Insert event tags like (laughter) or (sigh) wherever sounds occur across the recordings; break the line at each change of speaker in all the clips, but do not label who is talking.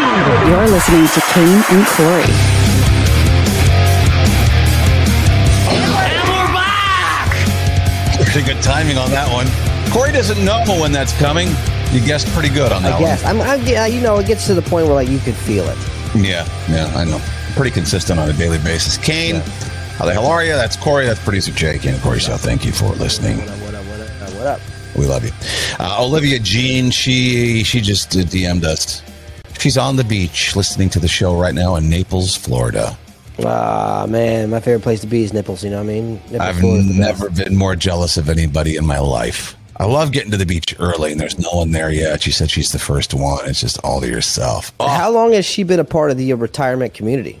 You're listening to Kane and Corey.
And we're back!
Pretty good timing on that one. Corey doesn't know when that's coming. You guessed pretty good on that
I guess. I'm, I'm, yeah, you know, it gets to the point where like you could feel it.
one. Yeah, yeah, I know. Pretty consistent on a daily basis. Kane, how the hell are you? That's Corey. That's producer Jake. And of course, uh, thank you for listening.
What up? What up? What up? What up?
We love you. Uh, Olivia Jean, she she just uh, DM'd us. She's on the beach listening to the show right now in Naples, Florida.
Ah man, my favorite place to be is nipples. You know what I mean? Nipple
I've
Florida's the best.
never been more jealous of anybody in my life. I love getting to the beach early and there's no one there yet. She said she's the first one. It's just all to yourself. Oh,
How long has she been a part of the uh, retirement community?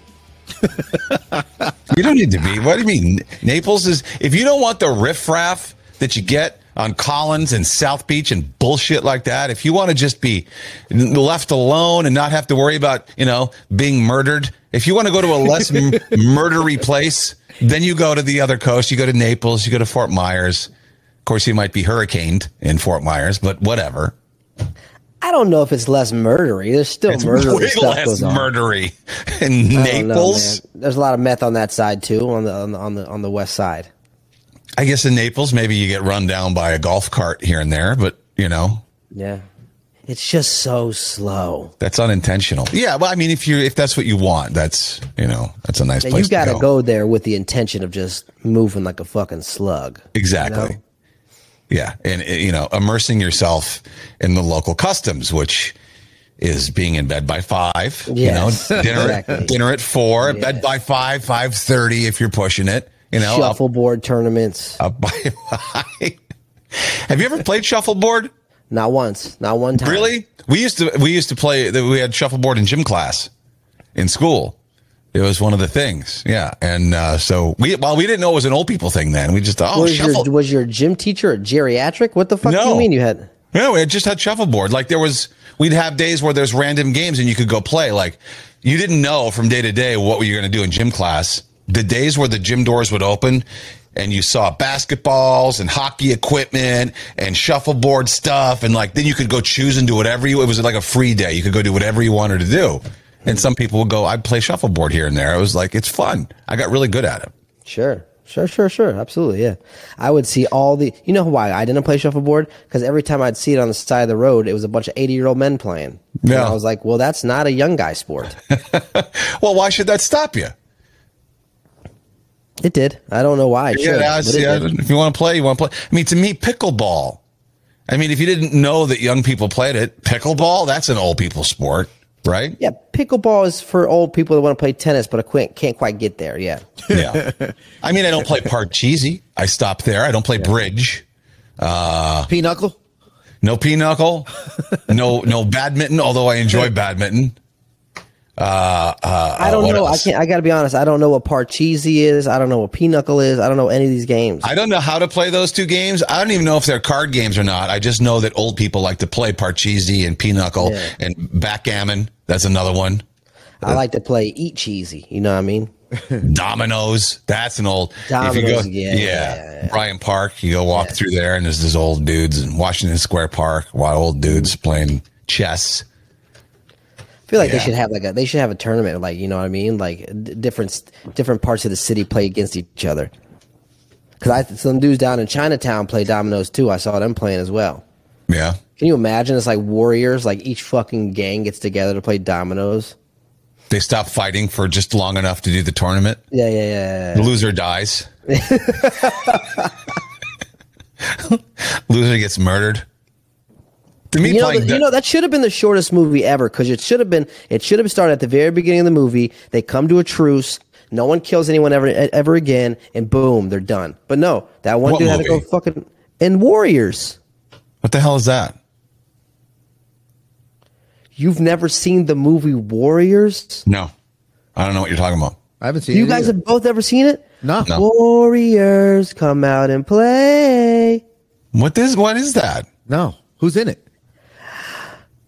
you don't need to be. What do you mean? Naples is, if you don't want the riffraff that you get on Collins and South Beach and bullshit like that, if you want to just be left alone and not have to worry about, you know, being murdered, if you want to go to a less m- murdery place, then you go to the other coast. You go to Naples, you go to Fort Myers. Of course, you might be hurricaned in Fort Myers, but whatever.
I don't know if it's less murdery. There's still
It's
murdery
(laughs) way
stuff
less
goes on.
murdery in
I don't know,
Naples.
man. There's a lot of meth on that side too, on the on the on the, on the west side.
I guess in Naples, maybe you get run down by a golf cart here and there, but you know,
Yeah, it's just so slow.
that's unintentional. Yeah, well, I mean, if you if that's what you want, that's you know, that's a nice
Now,
place.
you got to
to
go there with the intention of just moving like a fucking slug.
exactly.
you know?
Yeah, and uh, you know, immersing yourself in the local customs, which is being in bed by five.
Yes,
you know, dinner
exactly.
dinner at four, bed
Yes.
by five, five thirty if you're pushing it. You know, up-
Shuffleboard tournaments.
up (laughs) by five. Have you ever played shuffleboard?
Not once. Not one time.
Really? We used to we used to play we had shuffleboard in gym class in school. It was one of the things. Yeah. And uh, so we well we didn't know it was an old people thing then. We just thought, oh
was
shuffle.
your was your gym teacher a geriatric? What the fuck do
No.
you mean you had?
yeah, we had just had shuffleboard. Like there was we'd have days where there's random games and you could go play. Like you didn't know from day to day what were you gonna do in gym class. The days where the gym doors would open and you saw basketballs and hockey equipment and shuffleboard stuff and like then you could go choose and do whatever you it was like a free day. You could go do whatever you wanted to do. And some people would go, I'd play shuffleboard here and there. I was like, it's fun. I got really good at it.
Sure, sure, sure, sure. Absolutely, yeah. I would see all the. You know why I didn't play shuffleboard? Because every time I'd see it on the side of the road, it was a bunch of eighty year old men playing. And
Yeah.
I was like, well, that's not a young guy
(laughs)
sport.
Well, why should that stop you?
it did. I don't know why. It
Yeah,
should,
I
but it
see. I-
did.
if you want to play, you want to play. I mean, to me, pickleball. I mean, if you didn't know that young people played it, pickleball, that's an old people sport, right?
Yeah, pickleball is for old people that want to play tennis, but I can't, can't quite get there. Yeah,
Yeah. I mean, I don't play parcheesi. I stop there. I don't play bridge. Uh,
Pinochle?
No pinochle. No, no badminton, although I enjoy badminton.
I don't
uh, what
know.
else?
I can't. I got to be honest. I don't know what parcheesi is. I don't know what pinochle is. I don't know any of these games.
I don't know how to play those two games. I don't even know if they're card games or not. I just know that old people like to play parcheesi and pinochle
Yeah.
and backgammon. That's another one.
I like to play eat cheesy. You know what I mean?
Dominoes. That's an old. if you
Dominoes,
go,
yeah,
yeah,
yeah, yeah.
Bryant Park. You go walk through there, and there's these old dudes in Washington Square Park. Wild old dudes playing chess.
I feel like
Yeah.
they should have like a they should have a tournament. Like you know what I mean? Like d- different s- different parts of the city play against each other. Because I some dudes down in Chinatown play dominoes too. I saw them playing as well.
Yeah,
Can you imagine? It's like warriors. Like each fucking gang gets together to play dominoes.
they stop fighting for just long enough to do the tournament.
Yeah, yeah, yeah.
The
(laughs)
loser dies. loser gets murdered. To me,
you know,
playing
th-
the-
you know that should have been the shortest movie ever because it should have been it should have started at the very beginning of the movie. They come to a truce. No one kills anyone ever e, ever again, and boom, they're done. But no, that one
What
dude had to go
movie?
fucking and warriors.
what the hell is that?
You've never seen the movie Warriors?
No, I don't know what you're talking about.
I haven't seen
You
it
guys
either.
have both ever seen it?
No.
No.
Warriors come out and play.
What is what is that?
No. Who's in it?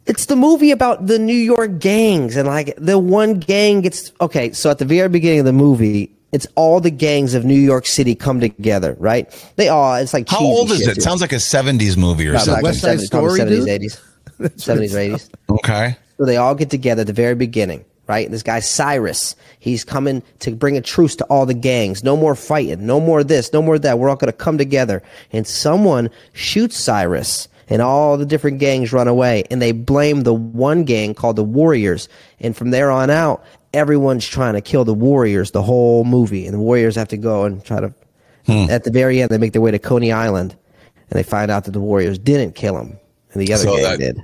It's the movie about the New York gangs and like the one gang gets okay, so at the very beginning of the movie, it's all the gangs of New York City come together, right? They all it's like
How
cheesy
old is
shit,
it?
dude.
Sounds like a '70s movie or
Probably
something.
West Side
70s, probably
Story,
(laughs)
dude?
70s, 80s. seventies or eighties.
Okay.
So they all get together at the very beginning, right? And this guy Cyrus, he's coming to bring a truce to all the gangs. No more fighting. No more this. No more that. We're all going to come together. And someone shoots Cyrus, and all the different gangs run away. And they blame the one gang called the Warriors. And from there on out, everyone's trying to kill the Warriors the whole movie. And the Warriors have to go and try to.
Hmm.
At the very end, they make their way to Coney Island, and they find out that the Warriors didn't kill him, and the other
So
gang
that-
did.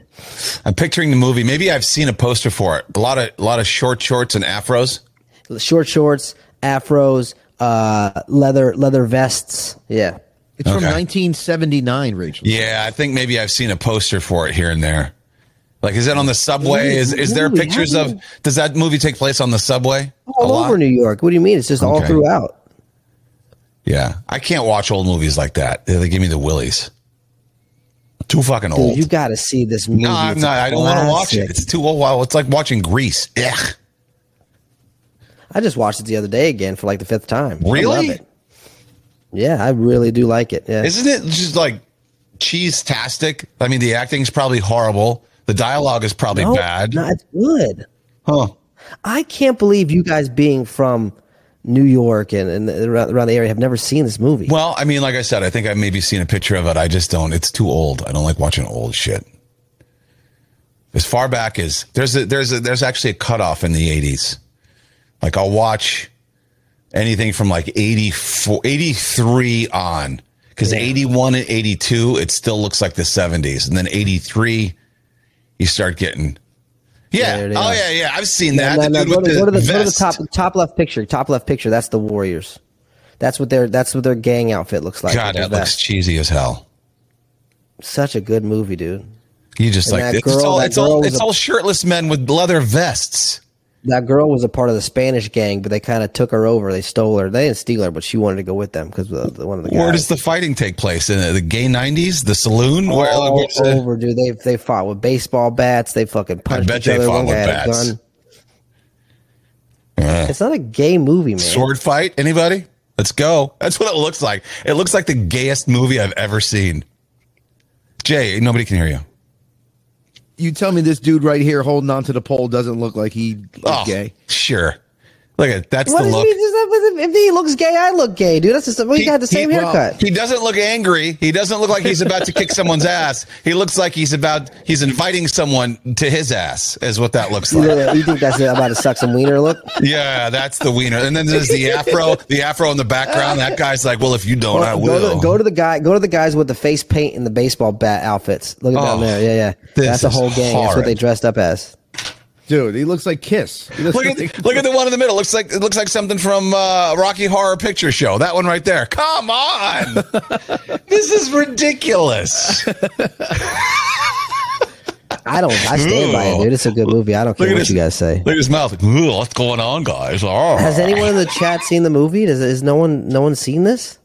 I'm picturing the movie. Maybe I've seen a poster for it. A lot of a lot of short shorts and afros.
short shorts, afros, uh, leather leather vests. Yeah,
It's from
Okay.
1979, Rachel.
Yeah, I think maybe I've seen a poster for it here and there. Like, is it on the subway? Is is there
Really?
pictures
How
of?
do you-
Does that movie take place on the subway? A
all
lot?
over New York. What do you mean? It's just all
Okay.
throughout.
Yeah, I can't watch old movies like that. They- They give me the willies. Too fucking
Dude,
old.
you got to see this movie.
no, I'm
It's a
not. I don't want to watch
classic.
it. It's too old. Wow, It's like watching Grease. Yeah.
I just watched it the other day again for like the fifth time. I love
Really?
it. Yeah, I really do like it. Yeah.
Isn't it just like cheese tastic? I mean, the acting's probably horrible. The dialogue is probably
No,
bad.
No, it's good.
Huh.
I can't believe you guys being from New York and, and around around the area have never seen this movie.
Well, I mean, like I said, I think I've maybe seen a picture of it. I just don't. It's too old. I don't like watching old shit. As far back as there's a, there's a, there's actually a cutoff in the 80s. Like I'll watch anything from like 84, 83 on because 81 and 82 it still looks like the 70s and then 83 you start getting yeah.
There it
oh
is.
yeah, yeah. I've seen
No,
that.
no, no,
The dude
uh, go
with
to, go to the, go to the
vest.
top top left picture. Top left picture. That's the Warriors. That's what their that's what their gang outfit looks like.
God,
with
that
their
looks
vest.
cheesy as hell.
such a good movie, dude.
You just
And
like
that
it's
girl-
all
that
it's all
girl
it's
was a-
all shirtless men with leather vests.
That girl was a part of the Spanish gang, but they kind of took her over. They stole her. They didn't steal her, but she wanted to go with them because the, the- one of the guys.
Where does the fighting take place? In the, the gay nineties, the saloon? Where, like,
all
where's the-
over, dude? They they fought with baseball bats. They fucking punched
bet
each
they
other.
fought
One
with
guy had a
bats.
gun. It's not a gay movie, man.
Uh, sword fight? Anybody? Let's go. That's what it looks like. It looks like the gayest movie I've ever seen. Jay, nobody can hear you.
You tell me this dude right here holding onto the pole doesn't look like he is
Oh,
gay.
sure. Look at that's
What
the
is
look.
he? Just, if he looks gay, I look gay, dude. That's just we
He-
got the
he-
same
well,
haircut.
He doesn't look angry. He doesn't look like he's about to kick someone's ass. He looks like he's about he's inviting someone to his ass. Is what that looks
You,
like.
know, you think that's about to suck some wiener look?
Yeah, that's the wiener. And then there's the afro, the afro in the background. That guy's like, "Well, if you don't, I
Well, go,
will."
to, go to the guy. Go to the guys with the face paint and the baseball bat outfits. Look at
Oh,
down there. Yeah, yeah.
this
That's the
is
whole gang. That's what
horrid.
they dressed up as.
Dude, he looks like Kiss. He looks
look
like-
at look at the one in the middle. Looks like it looks like something from uh, Rocky Horror Picture Show. That one right there. Come
(laughs)
on, this is ridiculous.
I don't. I stand by it, dude. It's a good movie. I don't care
Look at
what
his-
you guys say.
Look at his mouth. Ooh, what's going on, guys? Oh.
Has anyone in the chat seen the movie? Does is no one no one seen this?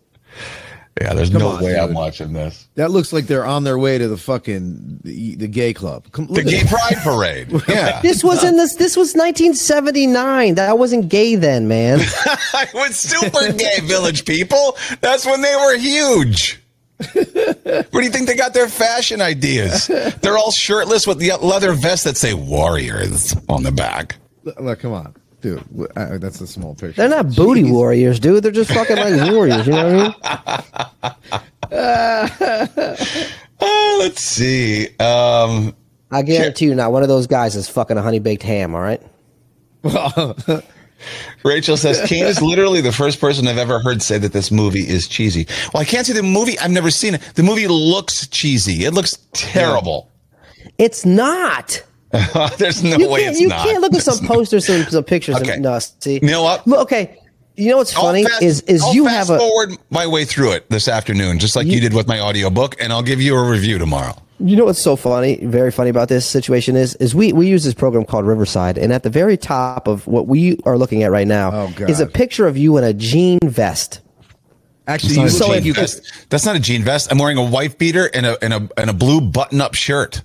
Yeah, there's no
on,
way I'm
dude.
watching this.
that looks like they're on their way to the fucking the, the gay club. Come,
The
look at
Gay
that.
Pride
(laughs)
Parade. Yeah,
This was in this. This was 1979. That I wasn't gay then, man.
(laughs) I was super gay village people. That's when they were huge. Where do you think they got their fashion ideas? They're all shirtless with the leather vests that say "Warriors" on the back.
(laughs) Look, look, come on, dude. Uh, that's a small picture.
They're
(laughs)
not booty
Jeez.
warriors, dude. They're just fucking like warriors. You know what I mean?
Oh, let's see. Um,
I guarantee you, not one of those guys is fucking a honey baked ham. All right.
Rachel says Kane is literally the first person I've ever heard say that this movie is cheesy. Well, I can't see the movie. I've never seen it. The movie looks cheesy. It looks terrible. (laughs)
It's not.
There's no
You
way
can't,
it's
you
not.
can't look at
There's
some posters and some pictures
Okay.
and no, see.
You know what?
Look, Okay. You know what's
I'll
funny
fast-
is is
I'll
you
fast
have a
forward my way through it this afternoon, just like you, did with my audiobook, and I'll give you a review tomorrow.
you know what's so funny, very funny about this situation is is we we use this program called Riverside and at the very top of what we are looking at right now
Oh, God.
is a picture of you in a jean vest.
Actually, you
So if
look like you could
Vest. That's not a jean vest. I'm wearing a white beater and a and a and a blue button up shirt.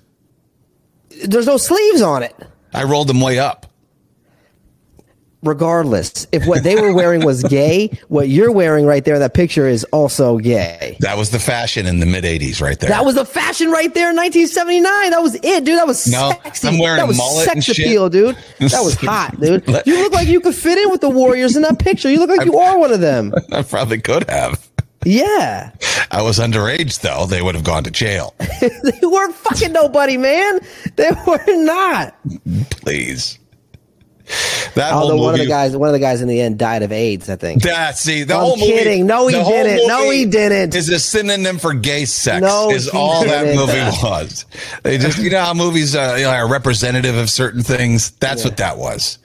There's no sleeves on it.
I rolled them way up.
regardless if what they were wearing was gay what you're wearing right there in that picture is also gay
That was the fashion in the mid 80s right there.
that was the fashion right there in 1979 that was it dude that was
No,
sexy
I'm wearing a
that was
mullet
sex
and shit.
appeal
(laughs)
dude that was hot dude you look like you could fit in with the warriors in that picture you look like you are one of them
I probably could have.
yeah (laughs)
I was underage though. They would have gone to jail. (laughs)
they weren't fucking nobody man they were not
Please. That
although
whole
one of the
movie-
guys one of the guys in the end died of aids i think
That see the
I'm
whole
kidding.
movie.
No, he
the whole
didn't. No,
movie
he didn't.
Is a synonym for gay sex.
No,
is
he
all that
didn't.
movie was. They just you know how movies uh, you know, are representative of certain things. That's what that was.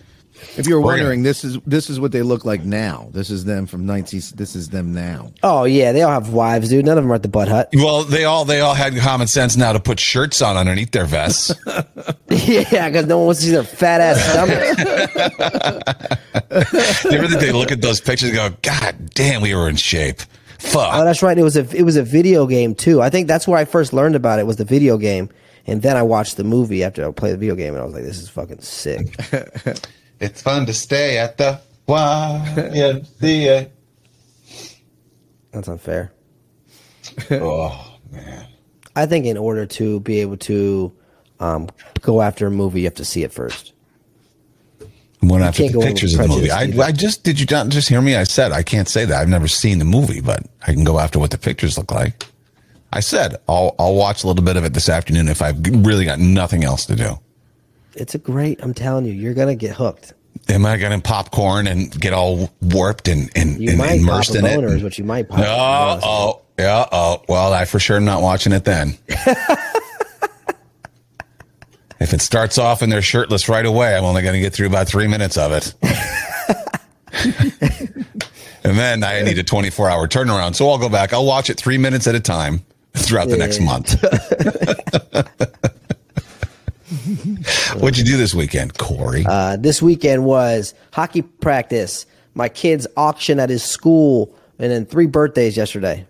If you're
We're
wondering, this is this is what they look like now. This is them from 19. This is them now.
oh yeah they all have wives dude none of them are at the butt hut (laughs)
Well, they all they all had common sense now to put shirts on underneath their vests.
(laughs) yeah because no one wants to see their fat ass
(laughs)
stomach
Do you ever think they look at those pictures and go, God damn, we were in shape. Fuck.
Oh, that's right. It was a it was a video game too. I think that's where I first learned about it was the video game, and then I watched the movie after I played the video game, and I was like, "This is fucking
(laughs)
sick."
It's fun to stay at the YMCA.
That's unfair.
oh man.
I think in order to be able to um, go after a movie, you have to see it first.
One after
can't
the
go in with
pictures of the movie. I,
prejudice either.
I just did you not just hear me? I said I can't say that. I've never seen the movie, but I can go after what the pictures look like. I said I'll I'll watch a little bit of it this afternoon if I've really got nothing else to do.
It's a great. I'm telling you, you're gonna get hooked.
Am I gonna popcorn and get all warped and and,
You
and
might pop
immersed
a
in it?
boner, is what you might pop.
Uh oh. Yeah. Oh. Well, I for sure am not watching it then. if it starts off and they're shirtless right away, I'm only going to get through about three minutes of it. and then I need a 24 hour turnaround. So I'll go back. I'll watch it three minutes at a time throughout the next month. What'd you do this weekend, Corey?
Uh, this weekend was hockey practice. My kid's auction at his school, and then three birthdays yesterday.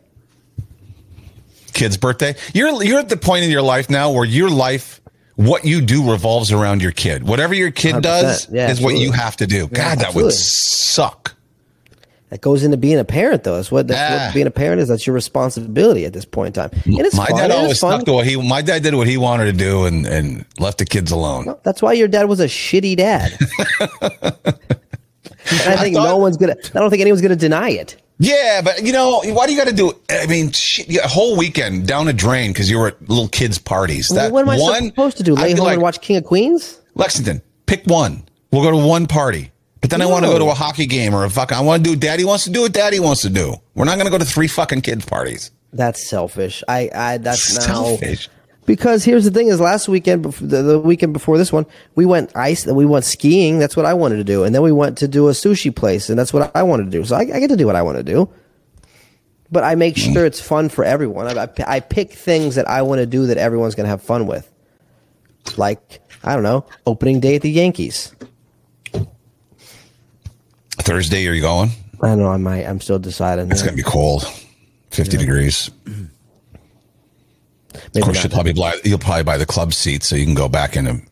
kid's birthday. You're you're at the point in your life now where your life what you do revolves around your kid. Whatever your kid
100%.
does
Yeah,
is what
absolutely.
you have to do. God, that
absolutely.
would suck.
That goes into being a parent, though. That's what, that's
Ah.
what being a parent is. That's your responsibility at this point in time. And it's
my
fun.
dad
It is
always
fun.
stuck to what he my dad did what he wanted to do and and left the kids alone.
That's why your dad was a shitty
(laughs)
dad. and I think no
thought-
one's gonna. I don't think anyone's gonna deny it.
Yeah, but you know why do you got to do? I mean, shit, yeah, a whole weekend down a drain because you were at little kids' parties. That
what am I
one,
supposed to do?
I'd
Lay
be
home
like,
and watch King of Queens?
Lexington, pick one. We'll go to one party. But then I want to go to a hockey game or a fucking. I want to do. Daddy wants to do what Daddy wants to do. We're not going to go to three fucking kids parties.
That's selfish. I. I.
(laughs)
That's now.
Selfish.
Because here's the thing: is last weekend, bef- the, the weekend before this one, we went ice, we went skiing. That's what I wanted to do, and then we went to do a sushi place, and that's what I wanted to do. So I, I get to do what I want to do. But I make sure it's fun for everyone. I, I, p- I pick things that I want to do that everyone's going to have fun with, like I don't know, opening day at the Yankees.
Thursday, are you going?
I don't know. I might. I'm still deciding.
It's going to be cold, fifty degrees.
Maybe
Of course,
not.
you'll probably buy, you'll probably buy the club seat so you can go back in the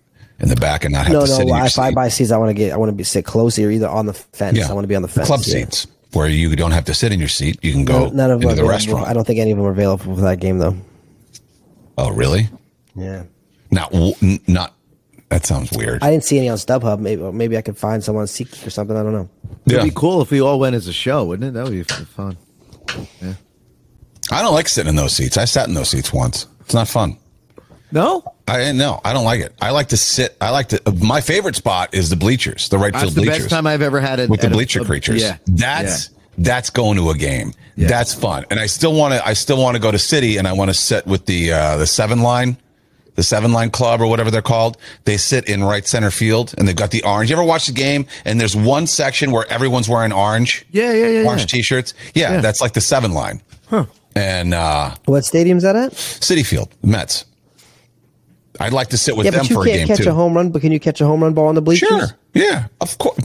in the back and not have
No,
to sit
no.
in your
If I
seat.
buy seats, I want to get. I want to be sit close here, either on the fence.
yeah,
I want to be on the fence.
club
yeah.
seats where you don't have to sit in your seat. You can go
None- None of them are
into the
available.
restaurant.
I don't think any of them are available for that game, though.
oh, really?
Yeah,
Not w- n- not. That sounds weird.
I didn't see any on StubHub. Maybe maybe I could find someone on SeatGeek or something. I don't know.
It'd be cool if we all went as a show, wouldn't it? That would be f- fun.
I don't like sitting in those seats. I sat in those seats once. It's not fun.
No,
I no, I don't like it. I like to sit. I like to. My favorite spot is the bleachers, the right
that's
field
the
bleachers,
best time I've ever had it
with the bleacher creatures.
Yeah,
that's that's going to a game.
Yeah.
That's fun, and I still want to. I still want to go to City, and I want to sit with the uh, the seven line, the seven line club or whatever they're called. They sit in right center field, and they've got the orange. You ever watch the game? And there's one section where everyone's wearing orange.
Yeah, yeah, yeah,
Orange
yeah.
t-shirts. Yeah,
Yeah.
that's like the seven line. Huh. And uh,
What stadium's that at?
City Field, Mets. I'd like to sit with
Yeah,
them
but you
for a game
can't catch
too.
a home run. But can you catch a home run ball on the bleachers?
Sure. Yeah, of course.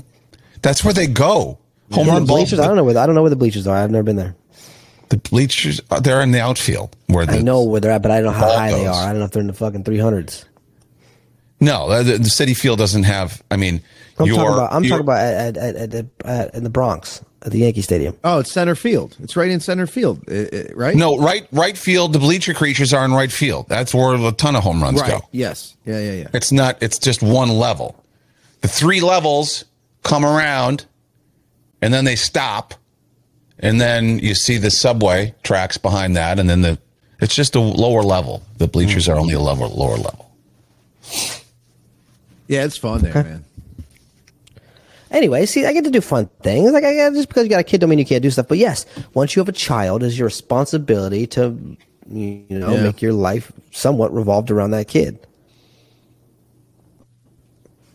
That's where they go. Home
Yeah,
run
the
balls.
bleachers. I don't
The,
know where the- I don't know where the bleachers are. I've never been there.
the bleachers. uh, They're in the outfield where the,
I know where they're at, but I don't know how
Ball
high they
goes.
are. I don't know if they're in the fucking three hundreds.
No, uh, the, the city field doesn't have. I mean,
I'm
your,
talking about. I'm
your-
talking about at, at, at, at, at, in the Bronx at the Yankee Stadium.
Oh, it's center field. It's right in center field, eh, eh, right?
No, right, right field. The bleacher creatures are in right field. That's where a ton of home runs
right.
go.
Yes. Yeah, yeah, yeah.
It's not. It's just one level. The three levels come around, and then they stop, and then you see the subway tracks behind that, and then the. It's just a lower level. The bleachers are only a level lower level.
Yeah, it's fun there, man.
Anyway, see, I get to do fun things. Like, I, I- just because you got a kid, don't mean you can't do stuff. But yes, once you have a child, it's your responsibility to, you know,
Yeah.
make your life somewhat revolved around that kid.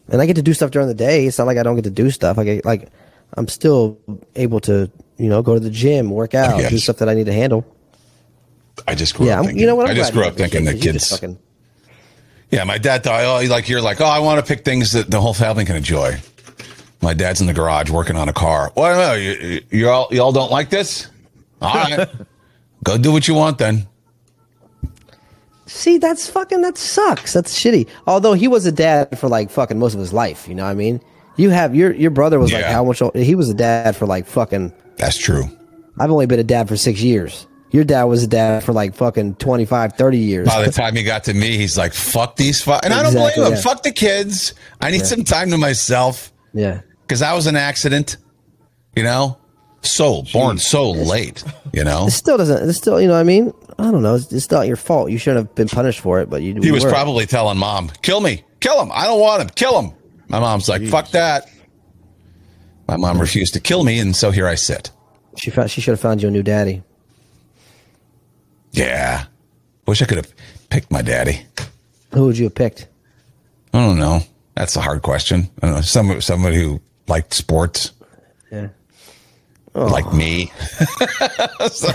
And I get to do stuff during the day. It's not like I don't get to do stuff. Like, I, like I'm still able to, you know, go to the gym, work out, do
Yes.
stuff that I need to handle.
I just grew
yeah,
up.
I'm,
Thinking,
you know what? I'm
I just
glad you
grew up
have a kid,
thinking that
'cause you just
kids.
fucking-
Yeah, my dad thought, oh, like you're like, oh, I want to pick things that the whole family can enjoy. My dad's in the garage working on a car. Well, no, you, you, you all you all don't like this. All
(laughs)
right, go do what you want then.
See, that's fucking that sucks. That's shitty. Although he was a dad for like fucking most of his life, you know what I mean? You have your your brother was like
Yeah.
how much old he was a dad for like fucking
That's true.
I've only been a dad for 6 years. Your dad was a dad for like fucking 25, 30 years.
By the time he got to me, he's like, fuck these, fu-. and I don't
Exactly,
blame him.
yeah.
Fuck the kids. I need some time to myself
yeah.
because I was an accident. You know, sold, born so late. You know,
It still doesn't it's still, you know what I mean? I don't know. It's, it's not your fault. You shouldn't have been punished for it, but you
he was
were.
probably telling mom, kill me, kill him. I don't want him, kill him. My mom's like, fuck that. My mom refused to kill me, and so here I sit.
she found, she should have found you a new daddy.
Yeah. Wish I could have picked my daddy.
Who would you have picked?
I don't know. That's a hard question. I don't know. Some, somebody who liked sports,
Yeah. Oh.
like me.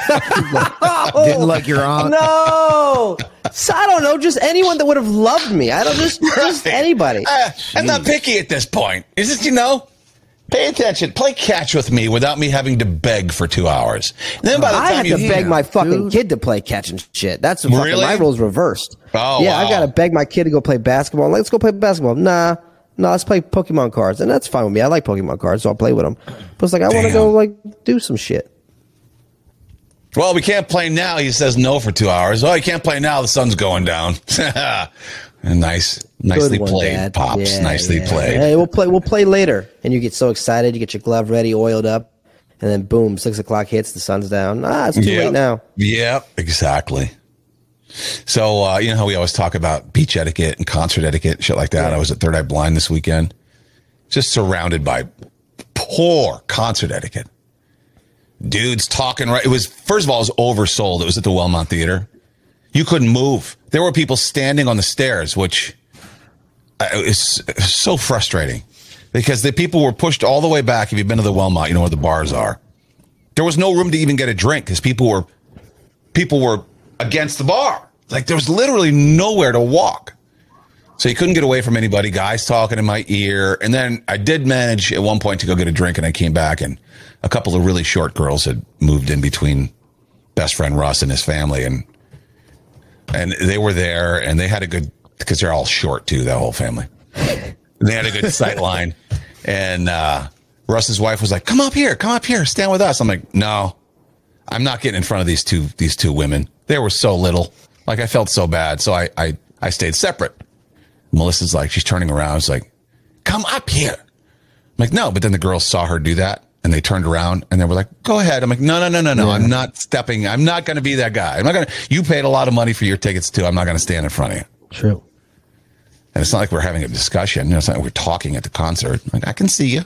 Didn't like your
Oh,
aunt.
No. so I don't know, just anyone that would have loved me. I don't just
(laughs)
just anybody.
Uh, I'm not picky at this point. Is this, you know, pay attention, play catch with me without me having to beg for two hours. And then by the
I
time
had
you
to beg my fucking
dude.
kid to play catch and shit. That's fucking,
Really?
my rules reversed.
Oh,
yeah,
wow.
I gotta beg my kid to go play basketball. Let's go play basketball. Nah, nah, let's play Pokemon cards, and that's fine with me. I like Pokemon cards, so I'll play with them. But it's like I want to
Damn.
go like do some shit.
Well, we can't play now. He says no for two hours. Oh, you can't play now. The sun's going down. (laughs) nice, nicely
Good one,
played,
Dad.
pops.
Yeah,
nicely
yeah.
played.
Hey, we'll play. We'll play later, and you get so excited, you get your glove ready, oiled up, and then boom, six o'clock hits, the sun's down. Ah, it's too
Yeah.
late now.
Yeah, exactly. So uh, you know how we always talk about beach etiquette and concert etiquette, and shit like that. I was at Third Eye Blind this weekend, just surrounded by poor concert etiquette. Dudes talking right. It was first of all, it was oversold. It was at the Wellmont Theater. You couldn't move. There were people standing on the stairs, which uh, is so frustrating because the people were pushed all the way back. If you've been to the Wellmont, you know where the bars are. There was no room to even get a drink because people were people were against the bar. Like there was literally nowhere to walk. So you couldn't get away from anybody, guys talking in my ear. And then I did manage at one point to go get a drink and I came back and a couple of really short girls had moved in between best friend Russ and his family and and they were there and they had a good because they're all short too, that whole family. they had a good sight line. And uh Russ's wife was like, Come up here, come up here, stand with us. I'm like, No, I'm not getting in front of these two these two women. They were so little. Like I felt so bad. So I I, I stayed separate. Melissa's like, she's turning around. She's like, come up here. I'm like, no. But then the girls saw her do that and they turned around and they were like, go ahead. I'm like, no, no, no, no, no. I'm not stepping. I'm not going to be that guy. I'm not going to, you paid a lot of money for your tickets too. I'm not going to stand in front of you.
True.
And it's not like we're having a discussion. You know, it's not like we're talking at the concert. Like, I can see you.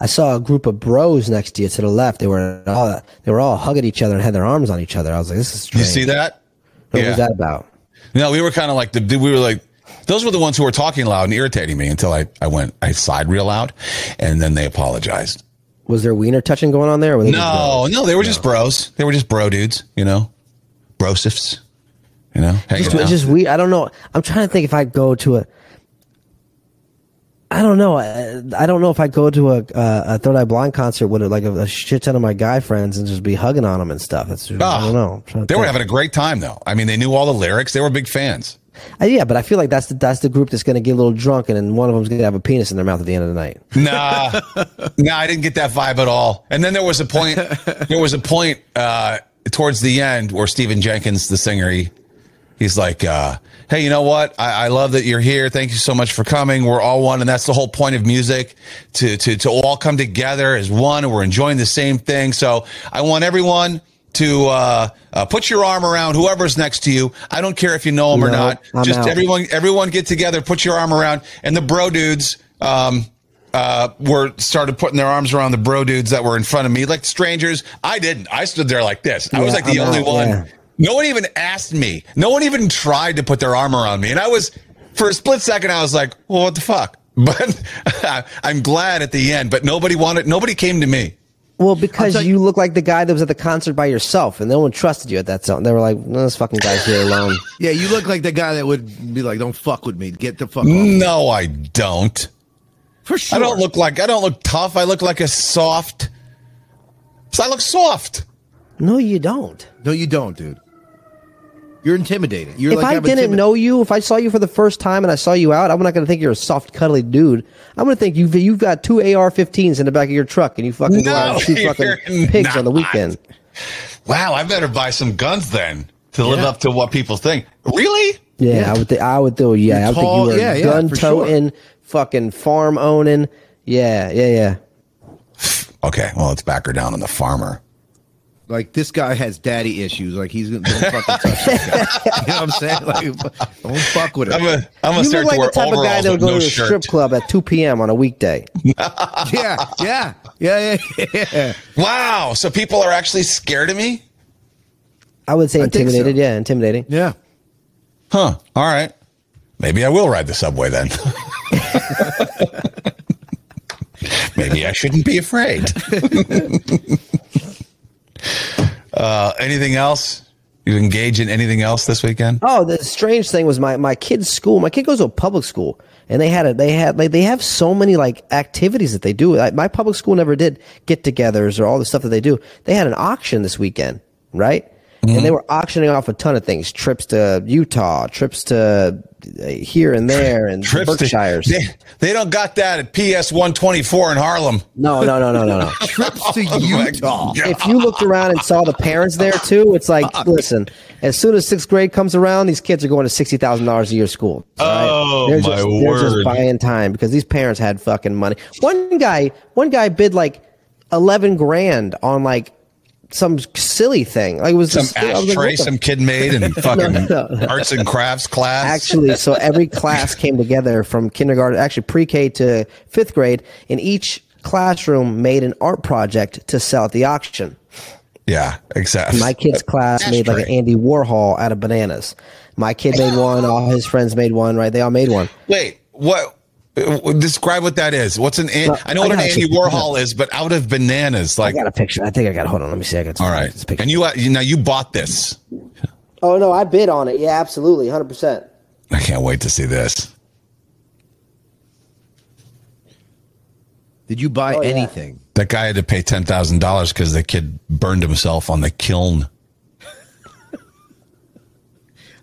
I saw a group of bros next to you to the left. They were all they were all hugging each other and had their arms on each other. I was like, this is
You
strange.
see that?
What was that about?
No, we were kind of like the we were like those were the ones who were talking loud and irritating me until I I went I sighed real loud, and then they apologized.
Was there wiener touching going on there? Or were they just
No,
bros?
no, they were just bros. They were just bro dudes, you know, brosifs, you know. hanging
just,
out.
it's just we. I don't know. I'm trying to think if I go to a. I don't know. I, I don't know if I go to a, uh, a Third Eye Blind concert with like a, a shit ton of my guy friends and just be hugging on them and stuff. It's, I
Ah,
don't know. I'm trying to
They were
think.
having a great time though. I mean, they knew all the lyrics. They were big fans.
Uh, yeah, but I feel like that's the that's the group that's going to get a little drunk, and then one of them's going to have a penis in their mouth at the end of the night.
Nah, nah, I didn't get that vibe at all. And then there was a point. There was a point uh, towards the end where Stephen Jenkins, the singer, he he's like, uh, "Hey, you know what? I, I love that you're here. Thank you so much for coming. We're all one, and that's the whole point of music to to to all come together as one, and we're enjoying the same thing. So I want everyone." To uh, uh, put your arm around whoever's next to you. I don't care if you know them or
No,
not.
I'm
Just
out.
everyone, everyone get together, put your arm around, and the bro dudes um, uh, were started putting their arms around the bro dudes that were in front of me, like strangers. I didn't. I stood there like this. I was
Yeah,
like the
I'm
only
out,
one.
yeah.
No one even asked me. No one even tried to put their arm around me. And I was, for a split second, I was like, well, what the fuck? (laughs) But I'm glad at the end, but nobody wanted, nobody came to me.
Well,
I'll
because
tell
you,
you-
look like the guy that was at the concert by yourself, and no one trusted you at that zone. They were like, no, "This fucking guy's here alone."
Yeah, you look like the guy that would be like, "Don't fuck with me. Get the fuck off."
No, I don't.
For sure.
Mm. I don't look like, I don't look tough. I look like a soft, so I look soft.
(laughs) no, you don't.
No, you don't, dude. You're intimidating. You're
if
like
I
I'm
didn't
intimi-
know you, if I saw you for the first time and I saw you out, I'm not going to think you're a soft, cuddly dude. I'm going to think you've you've got two AR-15s in the back of your truck, and you fucking go out and shoot
No,
fucking
(laughs) you're
pigs on the
not.
weekend.
Wow, I better buy some guns then to live up to what people think. Really?
Yeah, I would. Th- I would do. Yeah, I would think
tall-
you were
yeah, yeah,
gun
for sure.
toting, fucking farm owning. Yeah, yeah, yeah.
Okay, well, let's back her down on the farmer.
Like this guy has daddy issues. Like he's gonna don't fucking touch this
(laughs)
guy. You know what I'm saying? Like, don't fuck with
I'm
him.
gonna, I'm gonna
you
start
look like
to
the type of guy
wear overalls
that would
with
go
no
to a
shirt.
strip club at 2 p.m. on a weekday.
Yeah, yeah, yeah, yeah, yeah.
Wow, so people are actually scared of me?
I would say
think so.
intimidated. Yeah, intimidating.
yeah.
Huh. All right. Maybe I will ride the subway then. (laughs) Maybe I shouldn't be afraid. (laughs) uh, anything else? You engage in anything else this weekend?
Oh, the strange thing was my, my kid's school. My kid goes to a public school, and they had a they had like they have so many like activities that they do. Like, my public school never did get-togethers or all the stuff that they do. They had an auction this weekend, right? And they were auctioning off a ton of things: trips to Utah, trips to uh, here and there, and
Trips to- (laughs)
Berkshires.
they, they don't got that at PS 124 in Harlem.
no, no, no, no, no, no.
Trips to
(laughs) Oh my
Utah.
God.
if you looked around and saw the parents there too, it's like, listen, as soon as sixth grade comes around, these kids are going to sixty thousand dollars a year school. all right?
Oh,
they're
my
just, They're
word.
just buying time because these parents had fucking money. One guy, one guy bid like eleven grand on like some silly thing. Like it was
Some
just, I was like,
ashtray
what the
some kid made in
(laughs)
fucking
No, no, no.
arts and crafts class.
actually so every
(laughs)
class came together from kindergarten actually pre-k to fifth grade and each classroom made an art project to sell at the auction
yeah, exactly.
my kid's class made like an
ashtray.
andy warhol out of bananas my kid made one all his friends made one right they all made one
Wait, what? uh, Describe what that is. What's an? An- I know
I
what an
gotta
Andy
take-
Warhol is, but out of bananas,
i
like
got a picture i think i got hold on let me see i got
all right.
this picture.
And you uh, you- now you bought this.
oh no i bid on it yeah absolutely 100%
I can't wait to see this.
Did you buy
Oh, yeah.
anything?
That guy had to pay ten thousand dollars because the kid burned himself on the kiln.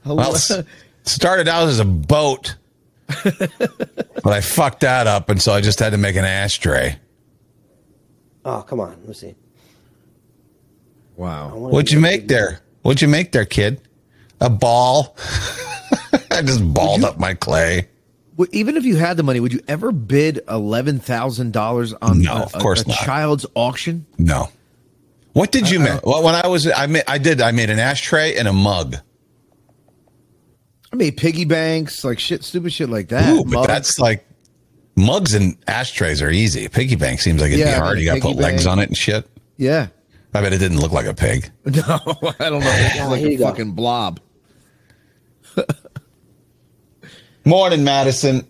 Well, s- started out as a boat, but I fucked that up, and so I just had to make an ashtray.
(laughs) oh come on let me see
Wow.
What'd you make there? What'd you make there, kid? A ball. (laughs) I just balled up my clay.
Well, even if you had the money, would you ever bid eleven thousand dollars on
No,
a,
of course
a, a
not.
child's auction?
No. What did you make? Uh, Well, when I was, I made, I did, I made an ashtray and a mug.
I made piggy banks, like shit, stupid shit like that.
Ooh, but
Mugs.
that's like mugs and ashtrays are easy. Piggy bank seems like it'd
Yeah,
be hard. You got to
piggy
put legs
bank.
on it and shit.
yeah. (laughs)
I bet it didn't look like a pig.
No, I don't know. It's
Oh,
like
here
a
you go.
fucking blob.
Morning, Madison.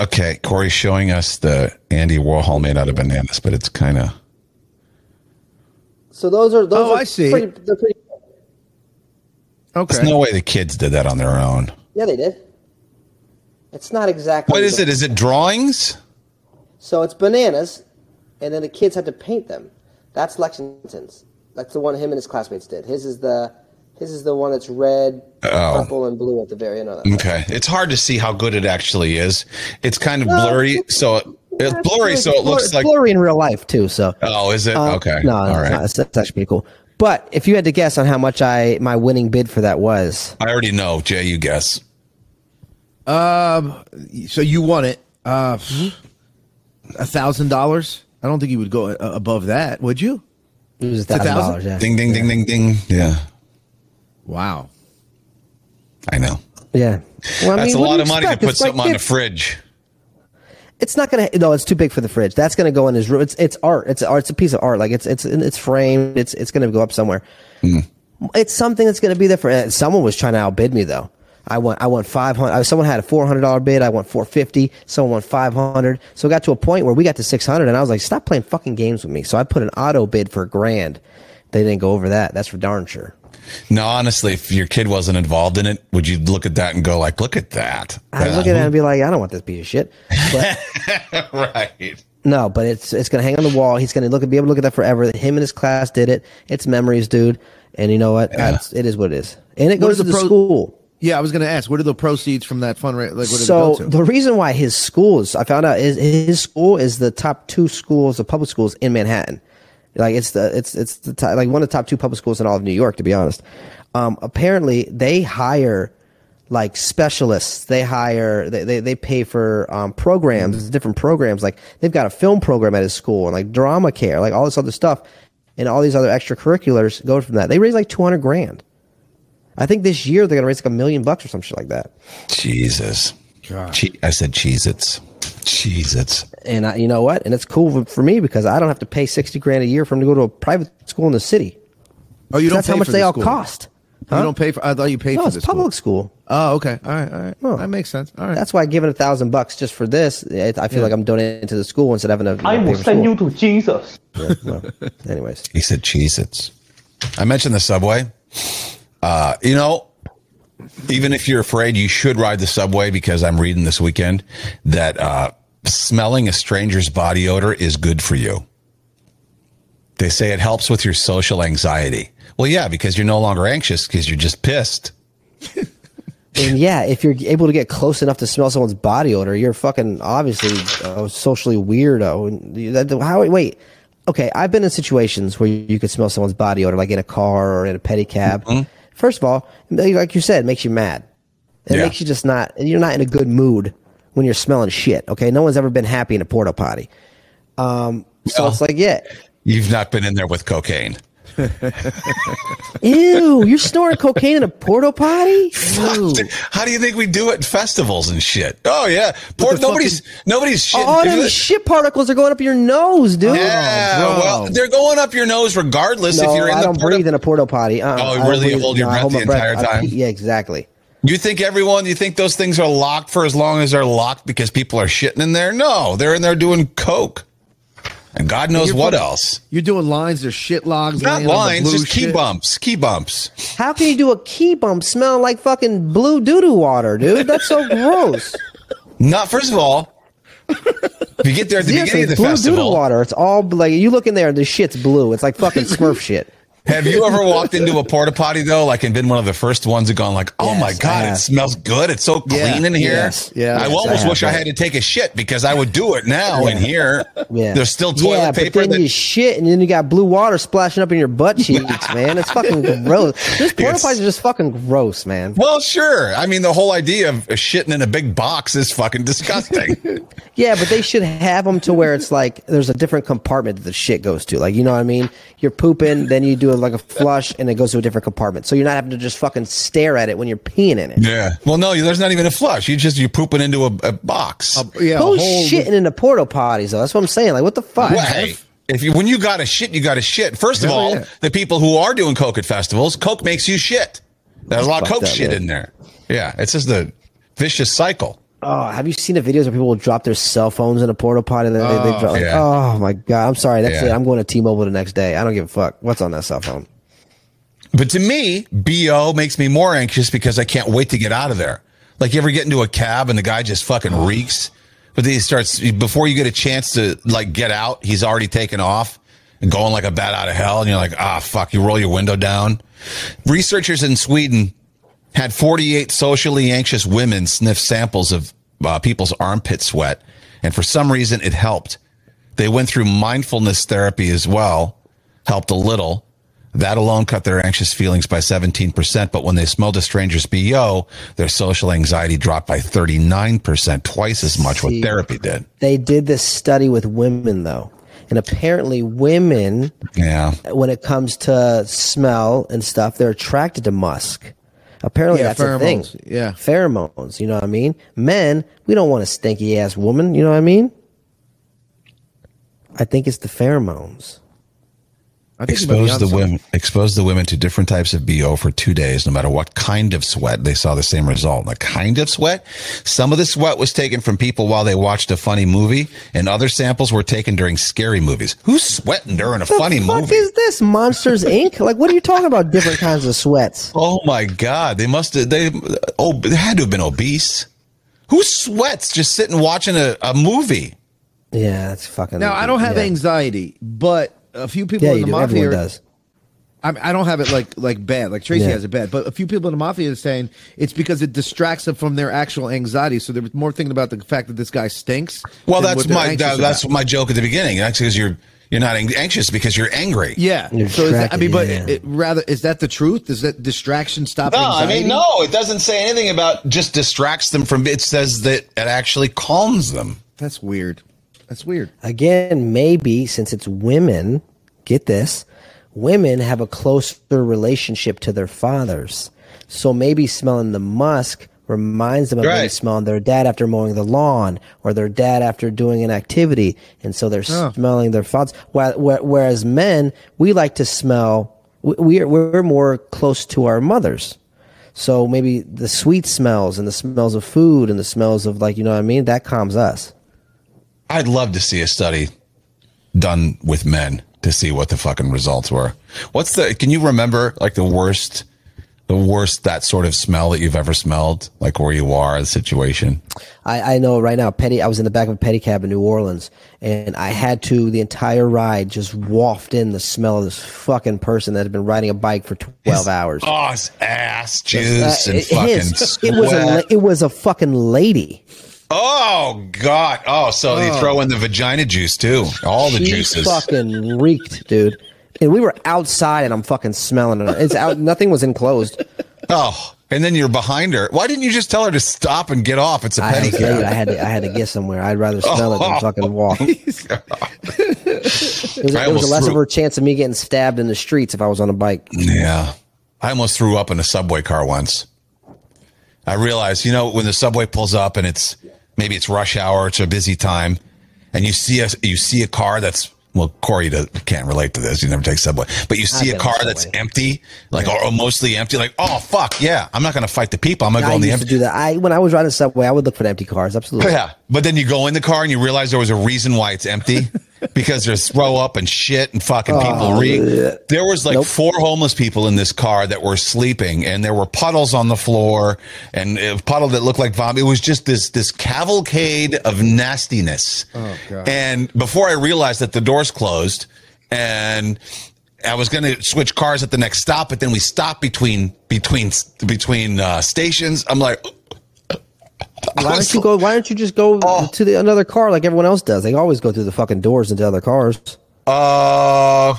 Okay, Corey's showing us the Andy Warhol made out of bananas, but it's kind of
so those are those
Oh,
are
I see.
pretty, they're pretty
Okay.
there's no way the kids did that on their own.
yeah they did it's not exactly
What is it? Is it drawings?
So it's bananas, and then the kids had to paint them. That's Lexington's. That's the one him and his classmates did. His is the His is the one that's red,
Oh.
purple, and blue at the very end of that.
Okay. It's hard to see how good it actually is. It's kind of blurry, so it, it's blurry, so it looks
it's
like.
blurry in real life too. So
Oh, is it?
Uh,
okay.
no,
All
it's
right.
not. It's- that's actually pretty cool. But if you had to guess on how much I my winning bid for that was,
I already know, Jay. You guess.
Um, so you won it. Uh,
Hmm?
a thousand dollars. I don't think you would go uh, above that, would you?
it was
a
thousand dollars.
thousand?
Yeah,
Ding, ding, ding, ding, ding. Yeah,
Wow.
I know.
yeah. Well, I
That's
mean, what do
a lot
you
of money to
expect?
put
It's like
something on the
gift-
fridge.
it's not gonna no it's too big for the fridge that's gonna go in his room it's it's art it's art it's a piece of art like it's it's it's framed it's it's gonna go up somewhere it's something that's gonna be there for uh, someone was trying to outbid me though i want i want 500 uh, someone had a 400 dollar bid i want 450 someone won 500 so it got to a point where we got to 600 and i was like stop playing fucking games with me so i put an auto bid for a grand they didn't go over that that's for darn sure
No, honestly, if your kid wasn't involved in it, would you look at that and go like, "Look at that"?
i look at that and be like i don't want this piece of shit but
(laughs) right.
No, but it's it's gonna hang on the wall. He's gonna look at be able to look at that forever. Him and his class did it. It's memories, dude. And you know what? That's, it is what it is. And it
What
goes
are
to
the
the
pro-
school.
Yeah, I was going to ask. What are the proceeds from that fundraiser? Like, what do
So
they go to?
the reason why his school is I found out is his school is the top two schools, the public schools in Manhattan. Like it's the it's it's the top, like one of the top two public schools in all of New York, to be honest. Um, apparently they hire like specialists. They hire they they, they pay for um,
Mm-hmm.
programs, different programs. Like they've got a film program at his school and like drama care, like all this other stuff, and all these other extracurriculars go from that. They raise like two hundred grand. I think this year they're gonna raise like a million bucks or some shit like that.
Jesus. Che- I said Cheez-Its. Cheez-Its.
and I, you know what? And it's cool for me because I don't have to pay sixty grand a year for him to go to a private school in the city.
oh, you don't
That's
pay
how much
for
they
the
all
school.
cost.
You don't pay for. I thought you paid
No,
for
it's
this
public school.
Oh, okay. All right. All right.
No.
That makes sense. All right.
That's why giving a thousand bucks just for this, it, I feel like I'm donating to the school instead of having to.
I
pay
will
for
send
school.
you to Jesus. (laughs)
Well, anyways,
He said Cheez-Its. I mentioned the subway. Uh, you know, even if you're afraid, you should ride the subway because I'm reading this weekend that uh, smelling a stranger's body odor is good for you. They say it helps with your social anxiety. Well, yeah, because you're no longer anxious because you're just pissed.
and yeah, if you're able to get close enough to smell someone's body odor, you're fucking obviously a socially weirdo. And you- that, how? Wait, okay. I've been in situations where you could smell someone's body odor, like in a car or in a pedicab.
Mm-hmm.
First of all, like you said, it makes you mad. It
Yeah.
makes you just not. You're not in a good mood when you're smelling shit. Okay, no one's ever been happy in a porta potty. Um, so
Well.
it's like, yeah,
You've not been in there with cocaine.
ew, you're snorting cocaine in a porta
(laughs)
potty. Ew.
How do you think we do it in festivals and shit? Oh yeah, Poor,
the
nobody's nobody's shit.
All them shit particles are going up your nose, dude.
Yeah,
bro.
well, they're going up your nose regardless
Oh, No,
if you're in
I
the
don't
porta-
breathe in a porta potty. Uh-uh.
Oh,
I don't
really? You
breathe-
hold your
no, I
breath
hold
the
my
entire
I-
time?
yeah, exactly.
You think everyone, you think those things are locked for as long as they're locked because people are shitting in there? No, they're in there doing coke. And God knows
You're
what
put-
else.
You're doing lines. There's shit logs.
Not
laying on the
lines,
blue
just key
shit.
bumps, key bumps.
How can you do a key bump smelling like fucking blue doo doo water, dude? That's
(laughs)
so gross.
Not, first of all, if you get there at the
Seriously,
beginning of the
it's blue doo doo
festival,
water. It's all like you look in there and the shit's blue. It's like fucking
(laughs)
Smurf shit.
have you ever walked into a porta potty though, like and been one of the first ones that gone like, oh my
Yes, I
God, it
have.
smells good. It's so
Yeah,
clean in here.
yes, yeah,
I
yes,
almost
I
wish I
have,
had to take a shit because I would do it now in here.
Yeah,
There's still toilet
yeah,
paper
But then
that-
you shit, and then you got blue water splashing up in your butt
(laughs)
cheeks, man. It's fucking gross. This porta
Yes.
potties are just fucking gross, man.
Well, sure. I mean, the whole idea of shitting in a big box is fucking disgusting.
(laughs) Yeah, but they should have them to where it's like there's a different compartment that the shit goes to. Like, you know what I mean? You're pooping, then you do like a flush, and it goes to a different compartment. So you're not having to just fucking stare at it when you're peeing in it.
yeah. Well, no, there's not even a flush. You just you're pooping into a, a box.
Yeah. a
Who's
whole-
shitting in the porta potties though? That's what I'm saying. Like, what the fuck?
Well, hey, if you when you got to shit, you got to shit. First of
Hell
all,
yeah.
the people who are doing coke at festivals, coke makes you shit. There's a lot of
fucked
coke
up,
shit
yeah.
in there. Yeah, it's just the vicious cycle.
Oh, have you seen the videos where people will drop their cell phones in a porta potty? And they, they, they drop, like,
yeah.
oh my god, I'm sorry. That's
Yeah.
it. I'm going to T-Mobile the next day. I don't give a fuck. What's on that cell phone?
But to me, BO makes me more anxious because I can't wait to get out of there. Like you ever get into a cab and the guy just fucking reeks, but then he starts before you get a chance to like get out, he's already taken off and going like a bat out of hell. And you're like, ah, fuck, you roll your window down. Researchers in Sweden had 48 socially anxious women sniff samples of uh, people's armpit sweat. And for some reason, it helped. They went through mindfulness therapy as well, helped a little. That alone cut their anxious feelings by 17%. But when they smelled a stranger's BO, their social anxiety dropped by 39%, twice as much what
See.
therapy did.
They did this study with women though. And apparently women
Yeah.
when it comes to smell and stuff, they're attracted to musk. Apparently,
Yeah,
that's a thing.
pheromones, yeah.
pheromones. You know what I mean? Men, we don't want a stinky ass woman. You know what I mean? I think it's the pheromones.
I think you might be
Expose
onto
the
something.
women expose the women to different types of BO for two days, no matter what kind of sweat. They saw the same result. The kind of sweat? Some of the sweat was taken from people while they watched a funny movie, and other samples were taken during scary movies. Who's sweating during a
The
funny
fuck
movie?
is this Monsters Inc? Like, what are you talking about? Different kinds of sweats.
Oh my God! They must have. They oh, they had to have been obese. Who sweats just sitting watching a, a movie?
Yeah, that's fucking.
Now I don't have
yeah.
anxiety, but a few people
Yeah,
in
you do.
the mafia
Everyone
are-
does.
I, mean, I don't have it like like bad. Like Tracy
Yeah.
has it bad, but a few people in the mafia are saying it's because it distracts them from their actual anxiety. So they're more thinking about the fact that this guy stinks.
Well,
than
that's
what they're
my
anxious
that, that's
about.
my joke at the beginning. That's because you're you're not ang- anxious because you're angry.
yeah.
You're
So is that, I
distracted,
mean, but
yeah.
it, rather is that the truth? Is that distraction stop?
No, I
anxiety?
mean no. It doesn't say anything about just distracts them from. It says that it actually calms them.
That's weird. That's weird.
Again, maybe since it's women, get this, women have a closer relationship to their fathers. So maybe smelling the musk reminds them of maybe
Right.
smelling their dad after mowing the lawn or their dad after doing an activity. And so they're
Oh.
smelling their fathers. Whe- whe- Whereas men, we like to smell, we- we are, we're more close to our mothers. So maybe the sweet smells and the smells of food and the smells of like, you know what I mean? That calms us.
I'd love to see a study done with men to see what the fucking results were. What's the? Can you remember like the worst? The worst that sort of smell that you've ever smelled, like where you are, the situation.
I, I know right now, petty. I was in the back of a pedicab in New Orleans, and I had to the entire ride just waft in the smell of this fucking person that had been riding a bike for twelve hours.
Oh, it's ass juice
Uh,
and
it-
fucking
his- it was a
sweat.
la- it was a fucking lady.
oh god. Oh, so they throw in the vagina juice too. All the
she
juices.
fucking reeked, dude. And we were outside, and I'm fucking smelling it. It's out. nothing was enclosed.
Oh, and then you're behind her. Why didn't you just tell her to stop and get off? It's a
I had, to,
pedicab.
I had to. I had to get somewhere. I'd rather smell it
Oh.
than fucking
(laughs)
walk. It was,
I
it was a
almost
less of
threw-
a chance of me getting stabbed in the streets if I was on a bike.
Yeah. I almost threw up in a subway car once. I realized, you know, when the subway pulls up and it's maybe it's rush hour, it's a busy time, and you see a you see a car that's well, Corey does, can't relate to this. You never take subway, but you see
been
a
on
car
subway.
that's empty, like or, or mostly empty. Like, oh fuck, yeah, I'm not gonna fight the people. I'm gonna
I
go in
used
the
to
empty.
do
Oh,
that. I when I was riding the subway, I would look for the empty cars. Absolutely.
Yeah, but then you go in the car and you realize there was a reason why
(laughs)
it's empty because there's throw up and shit and fucking people reek. There was like
Oh, Nope.
four homeless people in this car that were sleeping, and there were puddles on the floor and a puddle that looked like vomit. It was just this this cavalcade of nastiness. Oh
God.
And before I realized that the doors closed, and I was going to switch cars at the next stop, but then we stopped between between between uh, stations. I'm like. (laughs)
Why don't you go? Why don't you just go
Oh.
to the another car like everyone else does? They always go through the fucking doors into other cars.
Uh,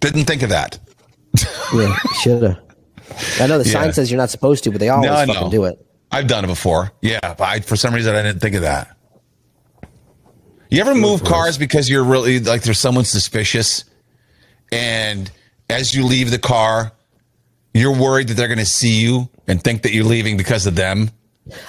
didn't think of that.
Yeah,
(laughs)
shoulda. I know the
Yeah.
sign says you're not supposed to, but they always fucking do it.
I've done it before. Yeah, but I, for some reason I didn't think of that. You ever move cars because you're really like there's someone suspicious, and as you leave the car, you're worried that they're going to see you and think that you're leaving because of them.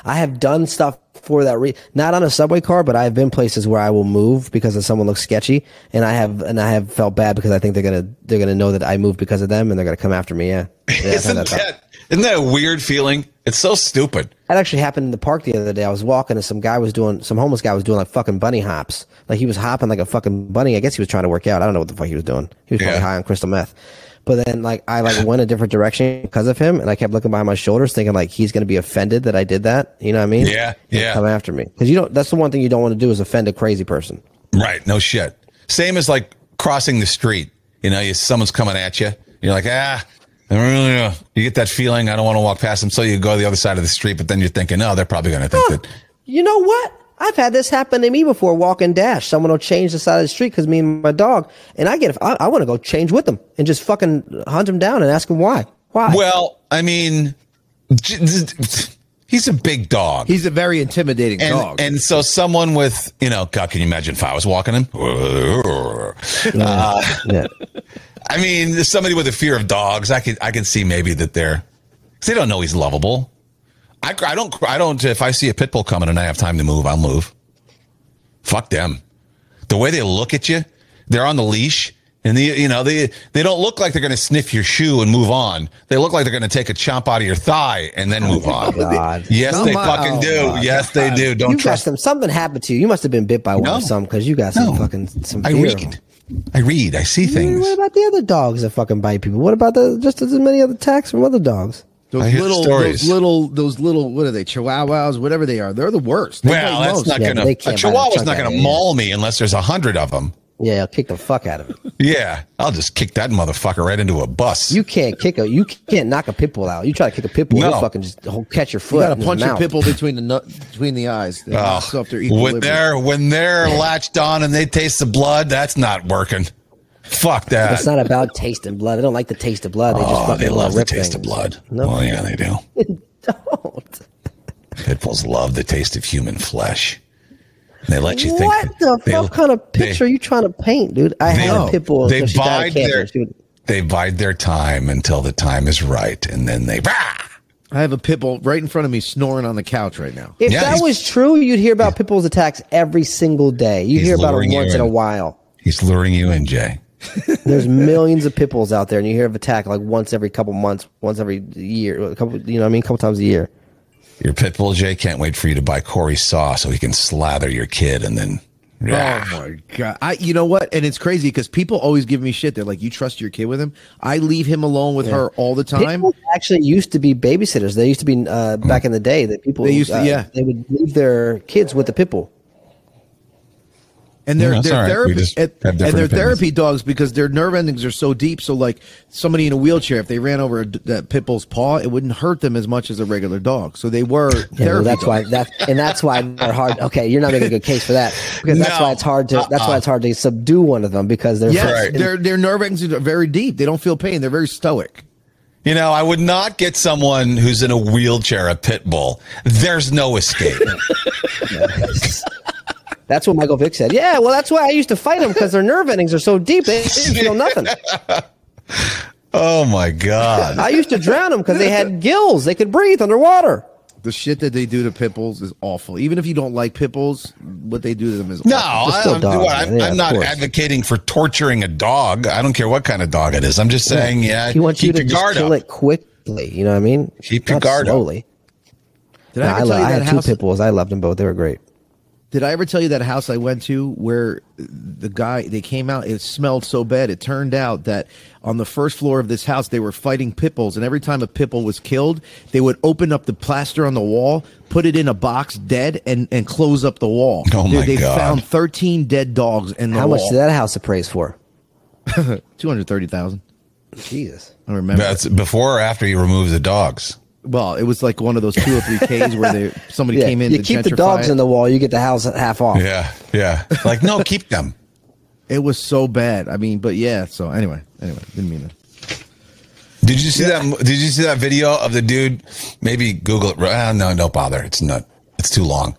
I have done stuff for that reason. Not on a subway car, but I've been places where I will move because if someone looks sketchy, and I have and I have felt bad because I think they're gonna they're gonna know that I moved because of them, and they're gonna come after me. Yeah, Yeah, I've had
Isn't
that thought.
that isn't that a weird feeling? It's so stupid.
That actually happened in the park the other day. I was walking and some guy was doing, some homeless guy was doing like fucking bunny hops. Like he was hopping like a fucking bunny. I guess he was trying to work out. I don't know what the fuck he was doing. He was
Yeah.
probably high on crystal meth. But then like I like went a different direction because of him and I kept looking behind my shoulders thinking like he's going to be offended that I did that. You know what I mean?
Yeah,
He'll
yeah.
Come after me. Cause you don't, that's the one thing you don't want to do is offend a crazy person.
Right. No shit. Same as like cr- crossing the street, you know, you, someone's coming at you. You're like, ah, I don't really know. You get that feeling, I don't want to walk past them. So you go to the other side of the street, but then you're thinking, oh, they're probably going to think that.
(laughs) You know what? I've had this happen to me before. Walk and dash. Someone will change the side of the street because me and my dog, and I get. I, I want to go change with them and just fucking hunt them down and ask them why. Why?
Well, I mean, j- j- he's a big dog.
He's a very intimidating
and,
dog.
and so someone with, you know, God, can you imagine if I was walking him? (laughs) Uh,
(laughs) yeah.
I mean, somebody with a fear of dogs, I could I could see maybe that they're 'cause they don't know he's lovable. I, I don't I don't if I see a pit bull coming and I have time to move, I'll move. Fuck them. The way they look at you, they're on the leash and the you know they they don't look like they're going to sniff your shoe and move on. They look like they're going to take a chomp out of your thigh and then move on.
God.
Yes,
No,
they
my-
fucking
oh,
do.
my
yes, they do. Don't
You got
trust them.
some. Something happened to you. You must have been bit by one
No.
or something because you got some fucking some
I
fear. of them.
read. I read. I see
Yeah,
things.
What about the other dogs that fucking bite people? What about the just as many other attacks from other dogs?
Those
I hear
little,
stories.
those little, those little, what are they? Chihuahuas, whatever they are. They're the worst. They
Well,
bite
that's
most.
not
Yeah,
gonna.
they
A
can't buy
chihuahua's
that junk
not gonna
out of you.
maul me unless there's a hundred of them.
Yeah, I'll kick the fuck out of it.
Yeah, I'll just kick that motherfucker right into a bus.
You can't kick a. You can't knock a pit bull out. You try to kick a pit bull,
No.
will fucking just he'll catch your
You
foot.
got
in
to
the
punch a
mouth.
pit bull between the nut, between the eyes. That
Oh,
knocks off their
when
equilibrium.
they're when they're latched on and they taste the blood, that's not working. Fuck that.
It's not about tasting blood. They don't like the taste of blood. They just
oh,
fucking
they love the
rip
taste
things.
of blood.
No,
Well, yeah, they do.
they (laughs) don't.
Pit bulls love the taste of human flesh. They let you think.
What the
they-
fuck kind of
they-
picture are you trying to paint, dude? I
They-
had a pit bull.
They
until she died
bide
of cancer.
their
She would-
they bide their time until the time is right, and then they. Rah!
I have a pit bull right in front of me snoring on the couch right now.
If
Yeah,
that
he's-
was true, you'd hear about pit bulls attacks every single day. You
He's
hear about
luring
them
you
once in
in.
a while.
He's luring you in, Jay. (laughs)
There's millions of pit bulls out there, and you hear of attack like once every couple months, once every year, a couple. You know, what I mean, a couple times a year.
Your pit bull Jay can't wait for you to buy Corey Saw so he can slather your kid and then.
Oh my god! I, you know what? And it's crazy because people always give me shit. They're like, "You trust your kid with him?" I leave him alone with her all the
Pit
time.
bulls actually used to be babysitters. They used to be uh, back
Hmm.
in the day that people
They used to-
uh,
yeah.
they would leave their kids with the pit bull.
and their
Yeah, that's
their
all right.
therapy
We just
and,
have
and
different
their
opinions.
therapy dogs because their nerve endings are so deep. So like somebody in a wheelchair, if they ran over a d that pit bull's paw, it wouldn't hurt them as much as a regular dog. So they were
(laughs) Yeah, well,
therapy
that's why
dogs.
that and that's why they're hard. Okay, you're not making a good case for
(laughs)
that because that's
No. Uh-uh.
why it's hard to that's why it's hard to subdue one of them because they're
Yes,
Right.
their their nerve endings are very deep. They don't feel pain. They're very stoic.
You know, I would not get someone who's in a wheelchair a pit bull. There's no
(laughs)
escape.
That's what Michael Vick said. Yeah, well, that's why I used to fight them because their nerve endings are so deep they didn't
(laughs)
feel nothing.
oh my god.
I used to drown them because they had gills; they could breathe underwater.
The shit that they do to pit bulls is awful. Even if you don't like pit bulls, what they do to them is
No,
awful.
I,
still
am
dogs,
I'm,
yeah,
I'm
of
not
course.
advocating for torturing a dog. I don't care what kind of dog it is. I'm just saying, yeah,
He wants you
keep
to
your
just
guard
kill
up.
it quickly. You know what I mean?
Keep your
Not
guard up.
slowly.
Did
No,
I
I,
ever
lo-
tell you
I
that
had two
house?
pit bulls. I loved them both; they were great.
Did I ever tell you that house I went to where the guy they came out? It smelled so bad. It turned out that on the first floor of this house they were fighting pit bulls, and every time a pit bull was killed, they would open up the plaster on the wall, put it in a box dead, and and close up the wall.
Oh,
Dude,
my
they
God.
found thirteen dead dogs in the
How much
wall.
did that house appraise for?
Two hundred thirty thousand.
Jesus.
I remember.
That's before or after you remove the dogs.
well, it was like one of those two or three Ks where they somebody
Yeah,
came in.
you
to
keep the
gentrify
dogs
it.
in the wall, you get the house half off.
Yeah,
(laughs)
yeah. Like no, keep them.
It was so bad. I mean, but yeah. So anyway, anyway, didn't mean that.
Did you see that? Did you see that video of the dude? Maybe Google it. Ah, no, no bother. It's not. It's too long.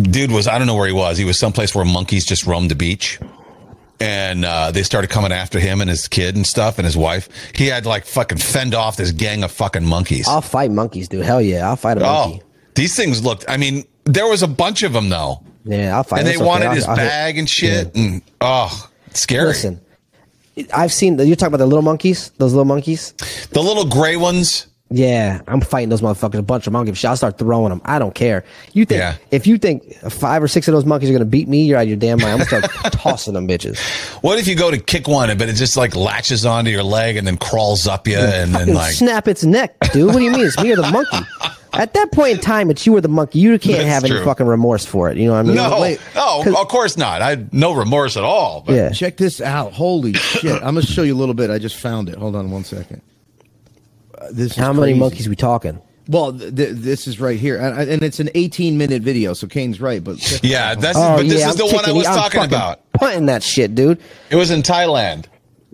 Dude was I don't know where he was. He was someplace where monkeys just roamed the beach, and uh, they started coming after him and his kid and stuff and his wife. He had to, like fucking fend off this gang of fucking monkeys.
I'll fight monkeys, dude. Hell yeah, I'll fight a
oh,
monkey.
these things looked. I mean, there was a bunch of them though,
Yeah, I'll fight.
and they
It's okay.
wanted
I'll-
his
I'll hit-
bag and shit. And oh, scary.
Listen, I've seen. You're talking about the little monkeys, those little monkeys.
the little gray ones.
Yeah, I'm fighting those motherfuckers. A bunch of them. I don't give a shit. I'll start throwing them. I don't care. You think
Yeah.
if you think five or six of those monkeys are gonna beat me, you're out of your damn mind. I'm gonna
(laughs)
start tossing them bitches.
What if you go to kick one, but it just like latches onto your leg and then crawls up you and then
Dude,
like
snap its neck, dude. What do you mean? It's me or the monkey? At that point in time, it's you or the monkey. You can't
That's
have any
true.
fucking remorse for it. You know what I mean?
No, Oh.
wait,
no, of course not. I no remorse at all. But
Yeah.
Check this out. Holy shit. I'm going to show you a little bit. I just found it. Hold on one second. Uh, this is
How many
crazy.
monkeys we talking?
Well, th- th- this is right here. And, and it's an 18 minute video, so Kane's right.
(laughs)
But check this
yeah,
out.
that's
Oh,
but this
yeah,
is
I'm
the one I
kicking-
was
I'm
talking
fucking
about.
Punting that shit, dude.
It was in Thailand.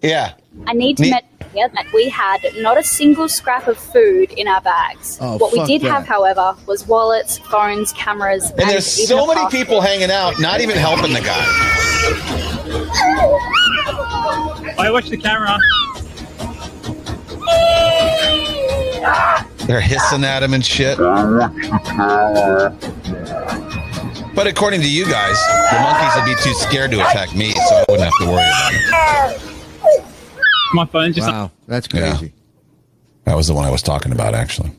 Yeah.
I need to
Ne-
mention here that we had not a single scrap of food in our bags.
Oh,
what we
fuck
did
that.
have, however, was wallets, phones, cameras, and,
And there's
even
so
a
many
passport.
people hanging out, not even helping the guy.
I watch the camera.
They're hissing at him and shit. But according to you guys, the monkeys would be too scared to attack me, so I wouldn't have to worry about it.
My phone's just
Wow. That's
Yeah.
crazy.
That was the one I was talking about, actually.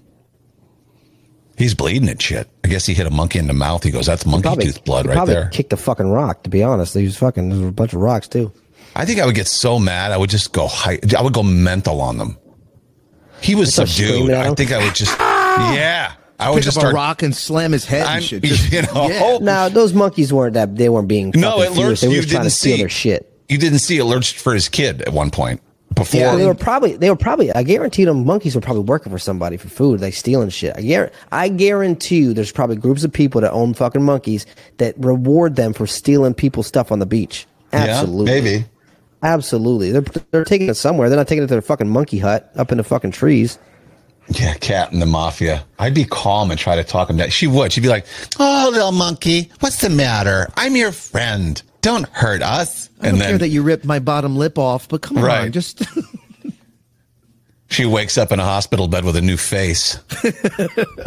He's bleeding at shit. I guess he hit a monkey in the mouth. He goes, "That's monkey tooth blood
he
right
probably
there."
Kicked a fucking rock. To be honest, he was fucking. There was a bunch of rocks too.
I think I would get so mad. I would just go. High, I would go mental on them. He was
start
subdued.
screaming at
I
him.
think I
(laughs)
would just. Yeah, I
Pick
would Oh, just
up
start.
a rock and slam his head
I'm-
and shit.
(laughs)
Just-
you know,
yeah.
No, those monkeys weren't that. They weren't being.
No,
fucking
it
fierce.
lurched.
They were
You
just trying to
didn't
steal
see
their shit.
You didn't see it lurched for his kid at one point before.
Yeah,
They were probably they were probably I guarantee them monkeys were probably working for somebody for food. They stealing shit. I guarantee, I guarantee you there's probably groups of people that own fucking monkeys that reward them for stealing people's stuff on the beach.
Yeah,
Absolutely.
maybe.
Absolutely. They're they're taking it somewhere. They're not taking it to their fucking monkey hut up in the fucking trees.
Yeah, cat and the mafia. I'd be calm and try to talk him down. She would. She'd be like, "Oh, little monkey, what's the matter? I'm your friend. Don't hurt us."
I don't care that you ripped my bottom lip off, but come
Right.
on, just (laughs)
She wakes up in a hospital bed with a new face.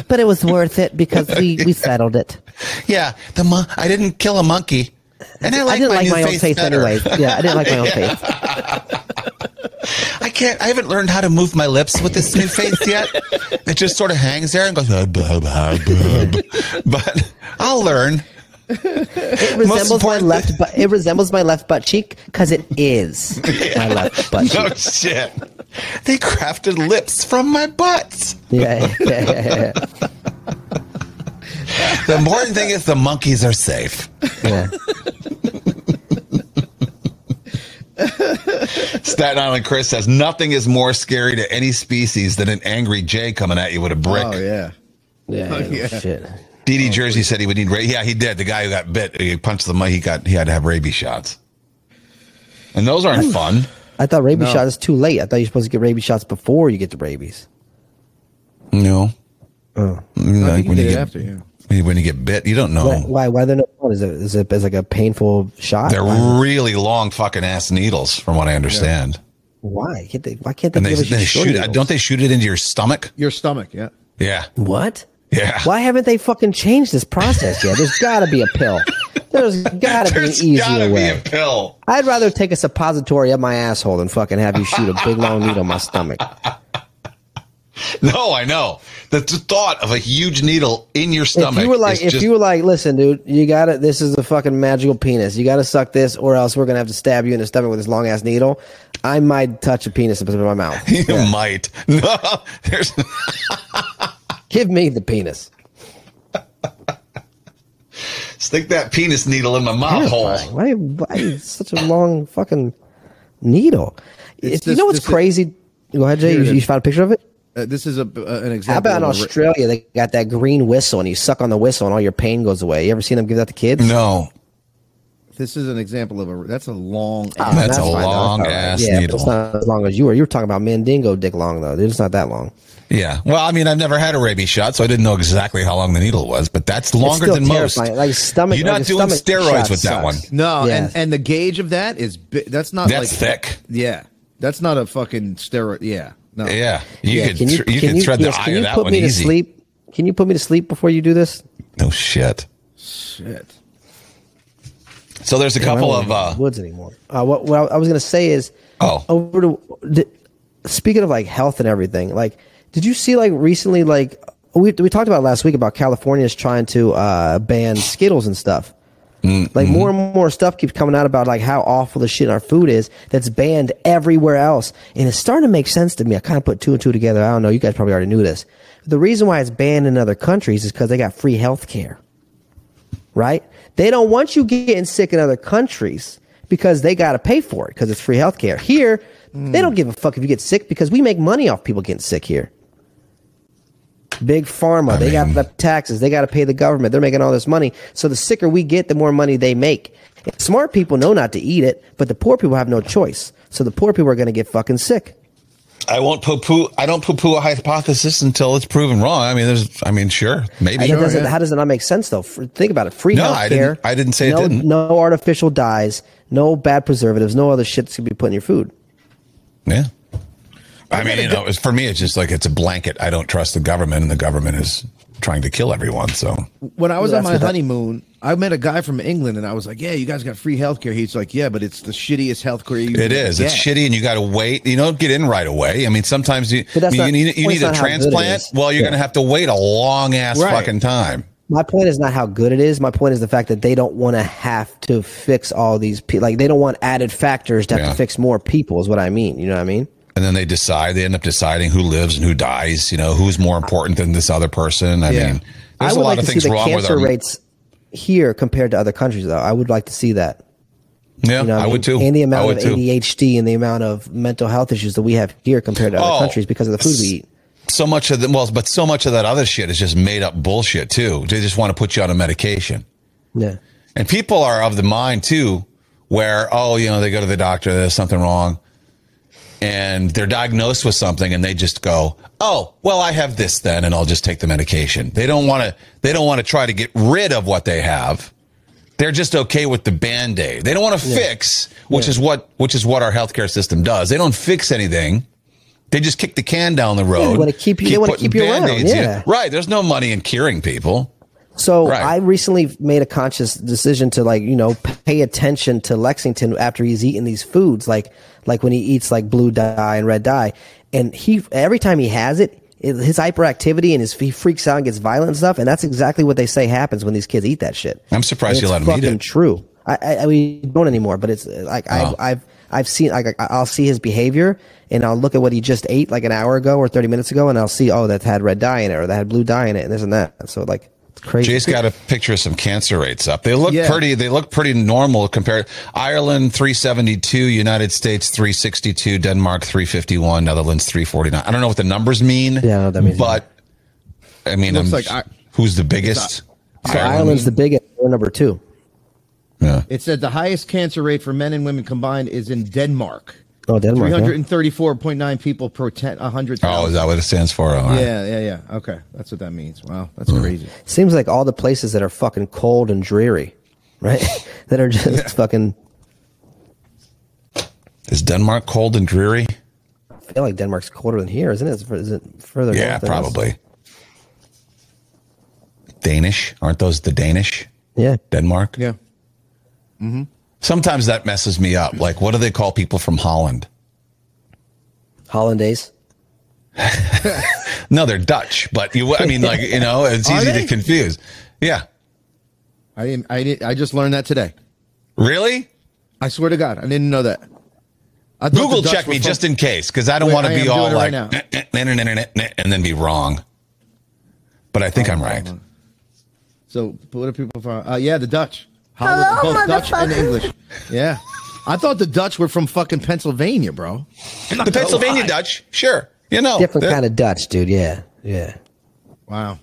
But it was worth it because we
(laughs)
we settled it.
Yeah, the mon- I didn't kill a monkey, and I like
I didn't
my,
like
new
my own
face
face
better.
anyways. Yeah, I didn't like my own face.
(laughs) I can't. I haven't learned how to move my lips with this new face yet. It just sort of hangs there and goes. "Ah, blah, blah, blah, blah." But I'll learn.
It resembles my
important-
left butt. It resembles my left butt cheek because it
(laughs)
is my left butt cheek.
No Oh, shit. They crafted lips from my butts.
Yeah, yeah,
The important thing is the monkeys are safe.
yeah.
Staten Island Chris says nothing is more scary to any species than an angry Jay coming at you with a brick.
oh yeah.
Yeah,
(laughs)
(laughs)
shit.
DD Jersey said he would need. Ra- yeah, he did. The guy who got bit, he punched the mug. He got. He had to have rabies shots, and those aren't fun.
I thought rabies shots is too late. I thought you're supposed to get rabies shots before you get the rabies.
No.
I
like
think
when
you
you
did it
get
after, yeah.
when you get bit, you don't know.
Why? Why, why they're not? Is it, is it is like a painful shot?
They're
Why?
really long fucking ass needles, from what I understand.
Why can't they? Why can't they?
And they,
give us
they
short
shoot.
needles?
Don't they shoot it into your stomach?
Your stomach, yeah.
Yeah.
What?
Yeah.
Why haven't they fucking changed this process yet? There's got to be a pill.
(laughs)
There's got to be an
There's
easier
be
way.
a pill.
I'd rather take a suppository up my asshole than fucking have you shoot a big long needle in my
(laughs)
stomach.
No, I know. The th- thought of a huge needle in your stomach.
If you were like,
is
if
just-
you were like, listen, dude, you got to This is the fucking magical penis. You got to suck this, or else we're gonna have to stab you in the stomach with this long ass needle. I might touch a penis and put it in my
(laughs)
mouth.
(laughs) you might. No, there's.
Give me the penis.
Stick that penis needle in my mouth hole.
Terrifying. Why, why is such a long fucking needle?
It's
you
this-
know what's
this-
crazy? Go ahead, Jay.
Here
You,
it
you
is.
found a picture of it.
Uh, this is a uh, an example.
How about in
of a ra-
Australia? They got that green whistle, and you suck on the whistle, and all your pain goes away. You ever seen them give that to kids?
No,
This is an example of a. That's a long.
Oh,
that's, a
fine, though.
long
That's all right.
ass
yeah, but
needle.
It's not as long as you were. You were talking about Mandingo dick long though. It's not that long.
yeah. Well, I mean, I've never had a rabies shot, so I didn't know exactly how long the needle was, but that's longer
still
than most.
terrifying. Like stomach-
You're
like
not
a
doing
stomach
steroids
shot
with that
sucks.
one.
No,
Yeah.
and and the gauge of that is bi- that's not
That's
like
thick.
Yeah, that's not a fucking steroid. Yeah, no.
Yeah, you
Yeah,
could you, you could thread
yes,
the eye
can
of
you
that
put
one
me
easy.
to sleep? Can you put me to sleep before you do this?
No shit.
Shit.
So there's a
I
couple
don't live
of
in
uh,
the woods anymore. Uh, what, what I was gonna say is,
Oh.
over to the, speaking of like health and everything, like, did you see like recently like we we talked about last week about California's trying to uh, ban Skittles and stuff.
Mm-hmm.
Like more and more stuff keeps coming out about like how awful the shit our food is that's banned everywhere else. And it's starting to make sense to me. I kind of put two and two together. I don't know. You guys probably already knew this. The reason why it's banned in other countries is because they got free health care. Right? They don't want you getting sick in other countries because they got to pay for it because it's free health care. Here, they don't give a fuck if you get sick because we make money off people getting sick here. Big pharma, they got the taxes, they got to pay the government. They're making all this money. So the sicker we get, the more money they make. Smart people know not to eat it, but the poor people have no choice. So the poor people are going to get fucking sick.
I won't poo poo. I don't poo poo a hypothesis until it's proven wrong. I mean, there's. I mean, sure, maybe.
And that doesn't, How does it not make sense though? For- think about it. Free
No,
healthcare.
I didn't- I didn't say it
no,
didn't.
No artificial dyes. No bad preservatives. No other shit that's gonna be put in your food.
Yeah. I mean, you know, it's- for me, it's just like it's a blanket. I don't trust the government, and the government is trying to kill everyone. So
when I was
That's
on my
what that-
honeymoon, I met a guy from England, and I was like, "Yeah, you guys got free healthcare." He's like, "Yeah, but it's the shittiest healthcare." You
it is. It's shitty, and you got to wait. You don't get in right away. I mean, sometimes you
But that's
you
not-
need, you
well,
need
it's
a
not how good it
transplant.
is.
Well, you're
Yeah.
going to have to wait a long ass
Right.
fucking time.
My point is not how good it is. My point is the fact that they don't want to have to fix all these people. Like they don't want added factors to have
Yeah.
to fix more people. Is what I mean. You know what I mean?
And then they decide. They end up deciding who lives and who dies. You know, who's more important than this other person. I
Yeah.
mean, there's
I
a
would
lot
like
of
to
things
see the
wrong with
cancer
our.
rates here compared to other countries, though. I would like to see that.
yeah,
You know, what
I,
mean?
would too.
And the
I
amount
would
of
too.
ADHD and the amount of mental health issues that we have here compared to other
Oh,
countries because of the food we eat.
so much of the well, but so much of that other shit is just made up bullshit too. They just want to put you on a medication.
Yeah.
And people are of the mind too, where, oh, you know, they go to the doctor, there's something wrong, and they're diagnosed with something and they just go, Oh, well, I have this then, and I'll just take the medication. They don't want to they don't want to try to get rid of what they have. They're just okay with the band-aid. They don't want to fix, which is what which is what our healthcare system does. They don't fix anything. They just kick the can down the road.
wanna keep you- they wanna
putting
keep you around,
Band-Aids in.
yeah.
Right. There's no money in curing people.
So
Right.
I recently made a conscious decision to like, you know, pay attention to Lexington after he's eating these foods, like like when he eats like blue dye and red dye. And he every time he has it, it his hyperactivity and his he freaks out and gets violent and stuff, and that's exactly what they say happens when these kids eat that shit.
I'm surprised
And
you
it's
let him eat
fucking
it. Oh.
True. I, I, I mean, you don't anymore, but it's uh, like I've, I've, I've seen, like, I- I'll see his behavior and I'll look at what he just ate like an hour ago or 30 minutes ago and I'll see, oh, that had red dye in it or that had blue dye in it and this and that. So, like, it's crazy.
Jay's got a picture of some cancer rates up. They look
Yeah.
pretty. They look pretty normal compared. Ireland three seventy two, United States three sixty two, Denmark three fifty one, Netherlands three forty nine. I don't know what the numbers mean. Yeah,
know what that means.
But I mean,
Looks
I'm-
like I-
who's the biggest?
So Ireland's the biggest. We're number two.
It said the highest cancer rate for men and women combined is in Denmark.
Oh, Denmark.
Three
huh?
hundred and thirty-four point nine people per ten, a hundred.
Oh, is that what it stands for? All right.
Yeah, yeah, yeah. Okay, that's what that means. Wow, that's
Hmm.
crazy.
Seems like all the places that are fucking cold and dreary, right? (laughs) that are just fucking,
Is Denmark cold and dreary?
I feel like Denmark's colder than here, isn't it? Is it- Is it further
Yeah,
north than us?
probably. Danish? Aren't those the Danish?
Yeah.
Denmark?
Yeah.
Sometimes that messes me up. Like, what do they call people from Holland?
Hollandaise.
No, they're Dutch, but you, I mean, like, you know, it's
(laughs) Are
easy
they?
to confuse. Yeah.
I didn't. I didn't. I just learned that today.
Really?
I swear to God, I didn't know that. I thought the
Google
Dutch
check
were
me
from-
just in case because I don't
Wait,
want
I
to
am
be
doing
all
it
like,
right now.
"Nah, nah, nah, nah, nah, nah, nah," and then be wrong. But I
Oh,
think I'm right.
So, but what are people from? Uh, yeah, the Dutch. Holland, both Dutch and English. Yeah. I thought the Dutch were from fucking Pennsylvania, bro.
The Pennsylvania Dutch, sure. You know,
Different
they're-
kind of Dutch, dude. Yeah. Yeah.
Wow.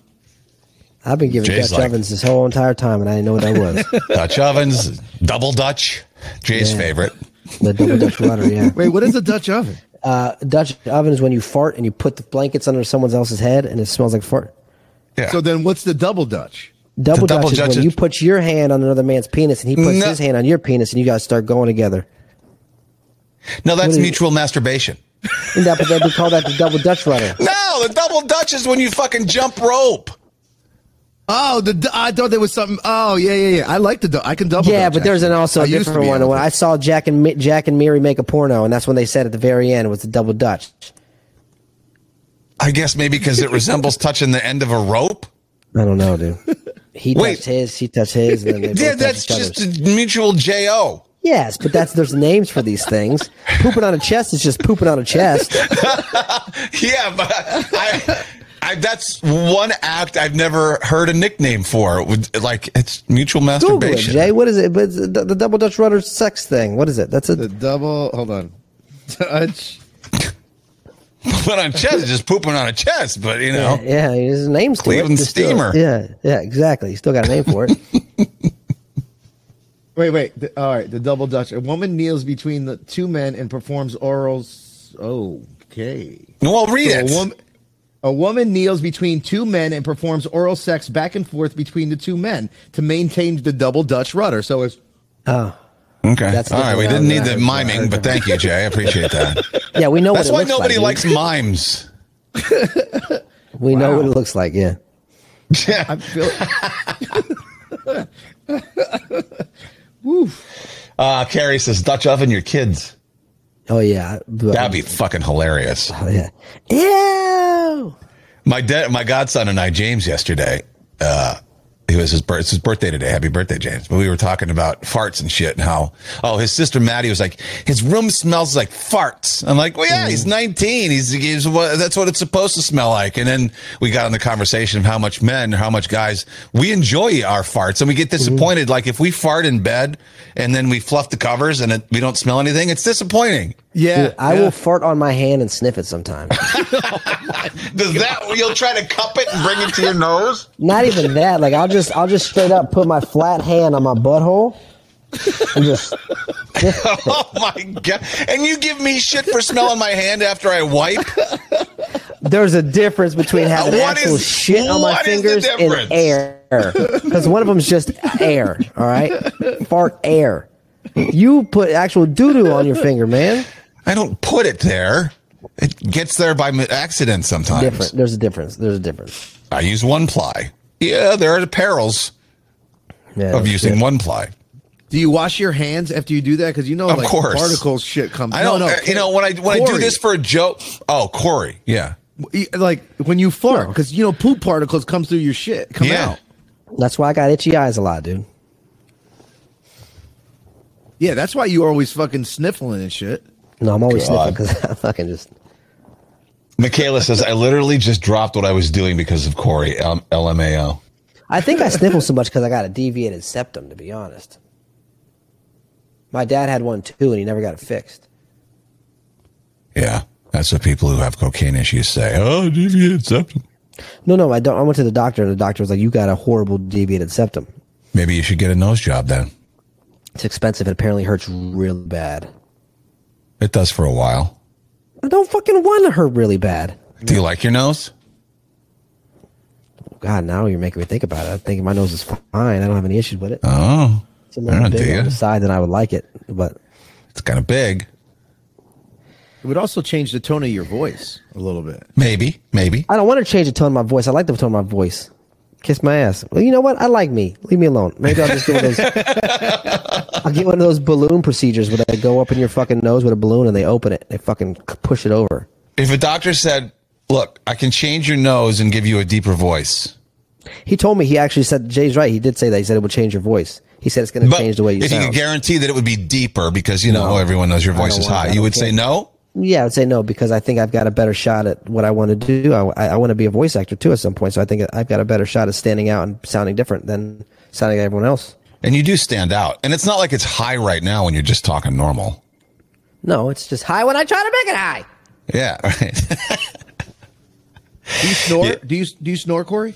I've been giving
Jay's
Dutch
like-
ovens this whole entire time, and I didn't know what that
(laughs)
was.
Dutch ovens, double Dutch, Jay's
Yeah.
favorite.
the double Dutch rudder, yeah.
Wait, what is a Dutch oven?
Uh, Dutch oven is when you fart and you put the blankets under someone else's head, and it smells like fart.
(laughs) Yeah.
So then what's the double Dutch?
Double,
The double
Dutch is
Dutch
when
is-
you put your hand on another man's penis, and he puts
No.
his hand on your penis, and you guys start going together.
no, that's
do you-
mutual masturbation.
And that, but they call that the double Dutch rudder.
No, the (laughs) double Dutch is when you fucking jump rope.
Oh, the Du- I thought there was something. Oh, yeah, yeah, yeah. I like the du- I can double
Yeah,
Dutch,
but there's an
actually.
also
I
a
used to
different
be
one.
able
When
to.
I saw Jack and Mi- Jack and Mary make a porno, and that's when they said at the very end was the double Dutch.
(laughs)
I guess maybe because it resembles touching the end of a rope.
I don't know, dude. (laughs) He
Wait.
touched his, she touched his,
(laughs)
and then they both
Yeah,
touched
that's
each other's.
just a mutual jo.
Yes, but that's there's names for these things. pooping on a chest is just pooping
(laughs)
on a chest.
Yeah, but I, I, that's one act I've never heard a nickname for. Would- Like it's mutual
Google it,
masturbation. (laughs)
Jay. What is it? But it's the, the double Dutch rudder sex thing. What is it? That's
The
a
double. Hold on. (laughs) Touch.
But on chest, it's just pooping on a chest. But you know,
(laughs) yeah. There's names. to it.
Cleveland
Just still-
steamer.
yeah, yeah, exactly. You still got a name for
(laughs)
it.
Wait, wait. The- all right. The double dutch. A woman kneels between the two men and performs oral. s- Okay.
well, read
So
it.
A woman, a woman kneels between two men and performs oral sex back and forth between the two men to maintain the double Dutch rudder. So it's
okay,
That's
all right. We
different
didn't need
than
the
that.
miming, but thank you, Jay. I appreciate that.
Yeah, we know
That's
(laughs) what
why
it looks
nobody
like.
likes mimes.
We know what it looks like. Yeah.
Yeah.
I feel
(laughs)
(laughs)
Uh, Carrie says Dutch oven your kids.
Oh yeah. But-
That'd be fucking hilarious.
Oh, yeah. Ew.
My dad, my godson, and I, James, yesterday. Uh, it was his birth. It's his birthday today. Happy birthday, James! But we were talking about farts and shit, and how oh, his sister Maddie was like, his room smells like farts. I'm like, well, yeah, he's 19. He's, he's what, that's what it's supposed to smell like. And then we got in the conversation of how much men, how much guys, we enjoy our farts, and we get disappointed. Like if we fart in bed and then we fluff the covers and it, we don't smell anything, it's disappointing.
yeah.
Dude, I will fart on my hand and sniff it sometime.
Does that you'll try to cup it and bring it to your nose?
Not even that. Like I'll just I'll just straight up put my flat hand on my butthole and
(laughs)
just
Oh my god! And you give me shit for smelling my hand after I wipe?
There's a difference between having
What
actual
is-
shit on my
what is the
fingers
difference?
and air. Because one of them's just air, all right? Fart air. You put actual doo doo on your finger, man.
I don't put it there. It gets there by mi- accident sometimes.
Different. There's a difference. There's a difference.
I use one ply. Yeah, there are the perils
Yeah,
Oh,
of using one ply.
Do you wash your hands after you do that? Because you know,
Of
like
course.
particles shit come.
I don't.
No, no,
uh, you know when I when I do
Corey,
this for a joke. Oh, Corey. Yeah.
e, like when you fart, because you know poop particles come through your shit. Come
yeah.
out.
That's why I got itchy eyes a lot, dude.
Yeah, that's why you always fucking sniffling and shit.
No, I'm always
God.
sniffing because I fucking just.
Michaela says I literally just dropped what I was doing because of Corey. Um, LMAO.
I think I sniffle so much because I got a deviated septum, to be honest. My dad had one too, and he never got it fixed.
Yeah, that's what people who have cocaine issues say. Oh, deviated septum.
No, no, I don't. I went to the doctor, and the doctor was like, "You got a horrible deviated septum.
Maybe you should get a nose job then.
It's expensive. It apparently hurts really bad.
It does for a while.
I don't fucking want to hurt really bad.
Do you like your nose?
God, now you're making me think about it. I'm thinking my nose is fine. I don't have any issues with it.
Oh,
It's a little
I do
bigger on
ya?
the side than I would like it, but
it's kind of big.
It would also change the tone of your voice a little bit.
Maybe, maybe.
I don't want to change the tone of my voice. I like the tone of my voice. Kiss my ass. Well, you know what? I like me. Leave me alone. Maybe I'll just do one of
(laughs)
those. I'll get one of those balloon procedures where they go up in your fucking nose with a balloon and they open it. They fucking c- push it over.
If a doctor said, "Look, I can change your nose and give you a deeper voice,"
He told me he actually said Jay's right. He did say that. He said it would change your voice. He said it's going to
but
change the way you
if you
sound.
could guarantee that it would be deeper, because you know everyone knows your
I
voice
don't
is
want- I
high, you
don't
would say
care.
no.
yeah, I would say no because I think I've got a better shot at what I want to do. I, I, I want to be a voice actor too at some point. So I think I've got a better shot at standing out and sounding different than sounding like everyone else.
And you do stand out. And it's not like it's high right now when you're just talking normal.
No, it's just high when I try to make it high.
(laughs) Yeah, right.
Do you snore? Do you do you snore, Corey?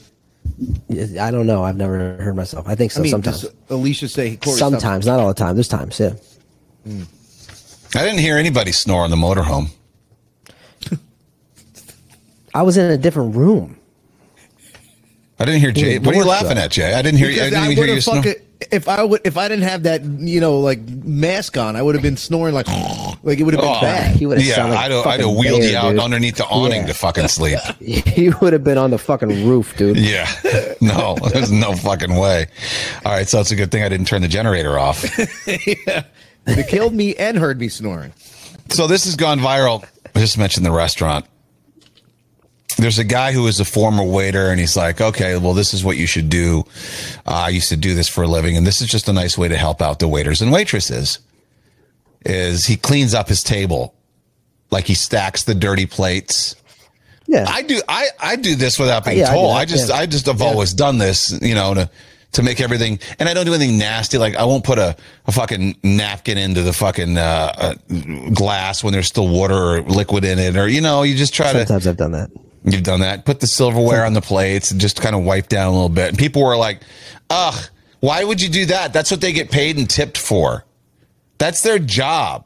Yeah, I don't know. I've never heard myself. I think so sometimes.
does Alicia say Corey, stop-
Sometimes, not all the time. There's times, yeah.
I didn't hear anybody snore on the motorhome.
I was in a different room. (laughs)
I didn't hear Jay.
a
What are you
door
laughing
shut.
at, Jay? I didn't hear. you. I
Because
didn't
I
even
would
hear you
have
snore.
fucking if I would if I didn't have that you know like mask on, I would have been snoring like (laughs) like it would have been
Oh,
bad.
He would've
yeah,
sounded like
I'd have, I'd have
fucking
wheeled
bear,
you out
dude.
underneath the awning
Yeah. (laughs)
to fucking sleep.
He would have been on the fucking roof, dude.
Yeah. (laughs) No, there's no fucking way. All right. So it's a good thing I didn't turn the generator off.
It killed me and heard me snoring.
So this has gone viral. I just mentioned the restaurant. there's a guy who is a former waiter and he's like, okay, well, this is what you should do. Uh, I used to do this for a living, and this is just a nice way to help out the waiters and waitresses. Is he cleans up his table, like he stacks the dirty plates.
Yeah.
I do. I I do this without being
Yeah, I do
told.
that,
I, just
yeah.
I just have always done this, you know, to to make everything. And I don't do anything nasty. Like I won't put a, a fucking napkin into the fucking uh, uh, glass when there's still water or liquid in it, or you know, you just try to.
Sometimes I've done that.
You've done that. Put the silverware on the plates and just kind of wipe down a little bit. And people were like, ugh, why would you do that? That's what they get paid and tipped for. That's their job.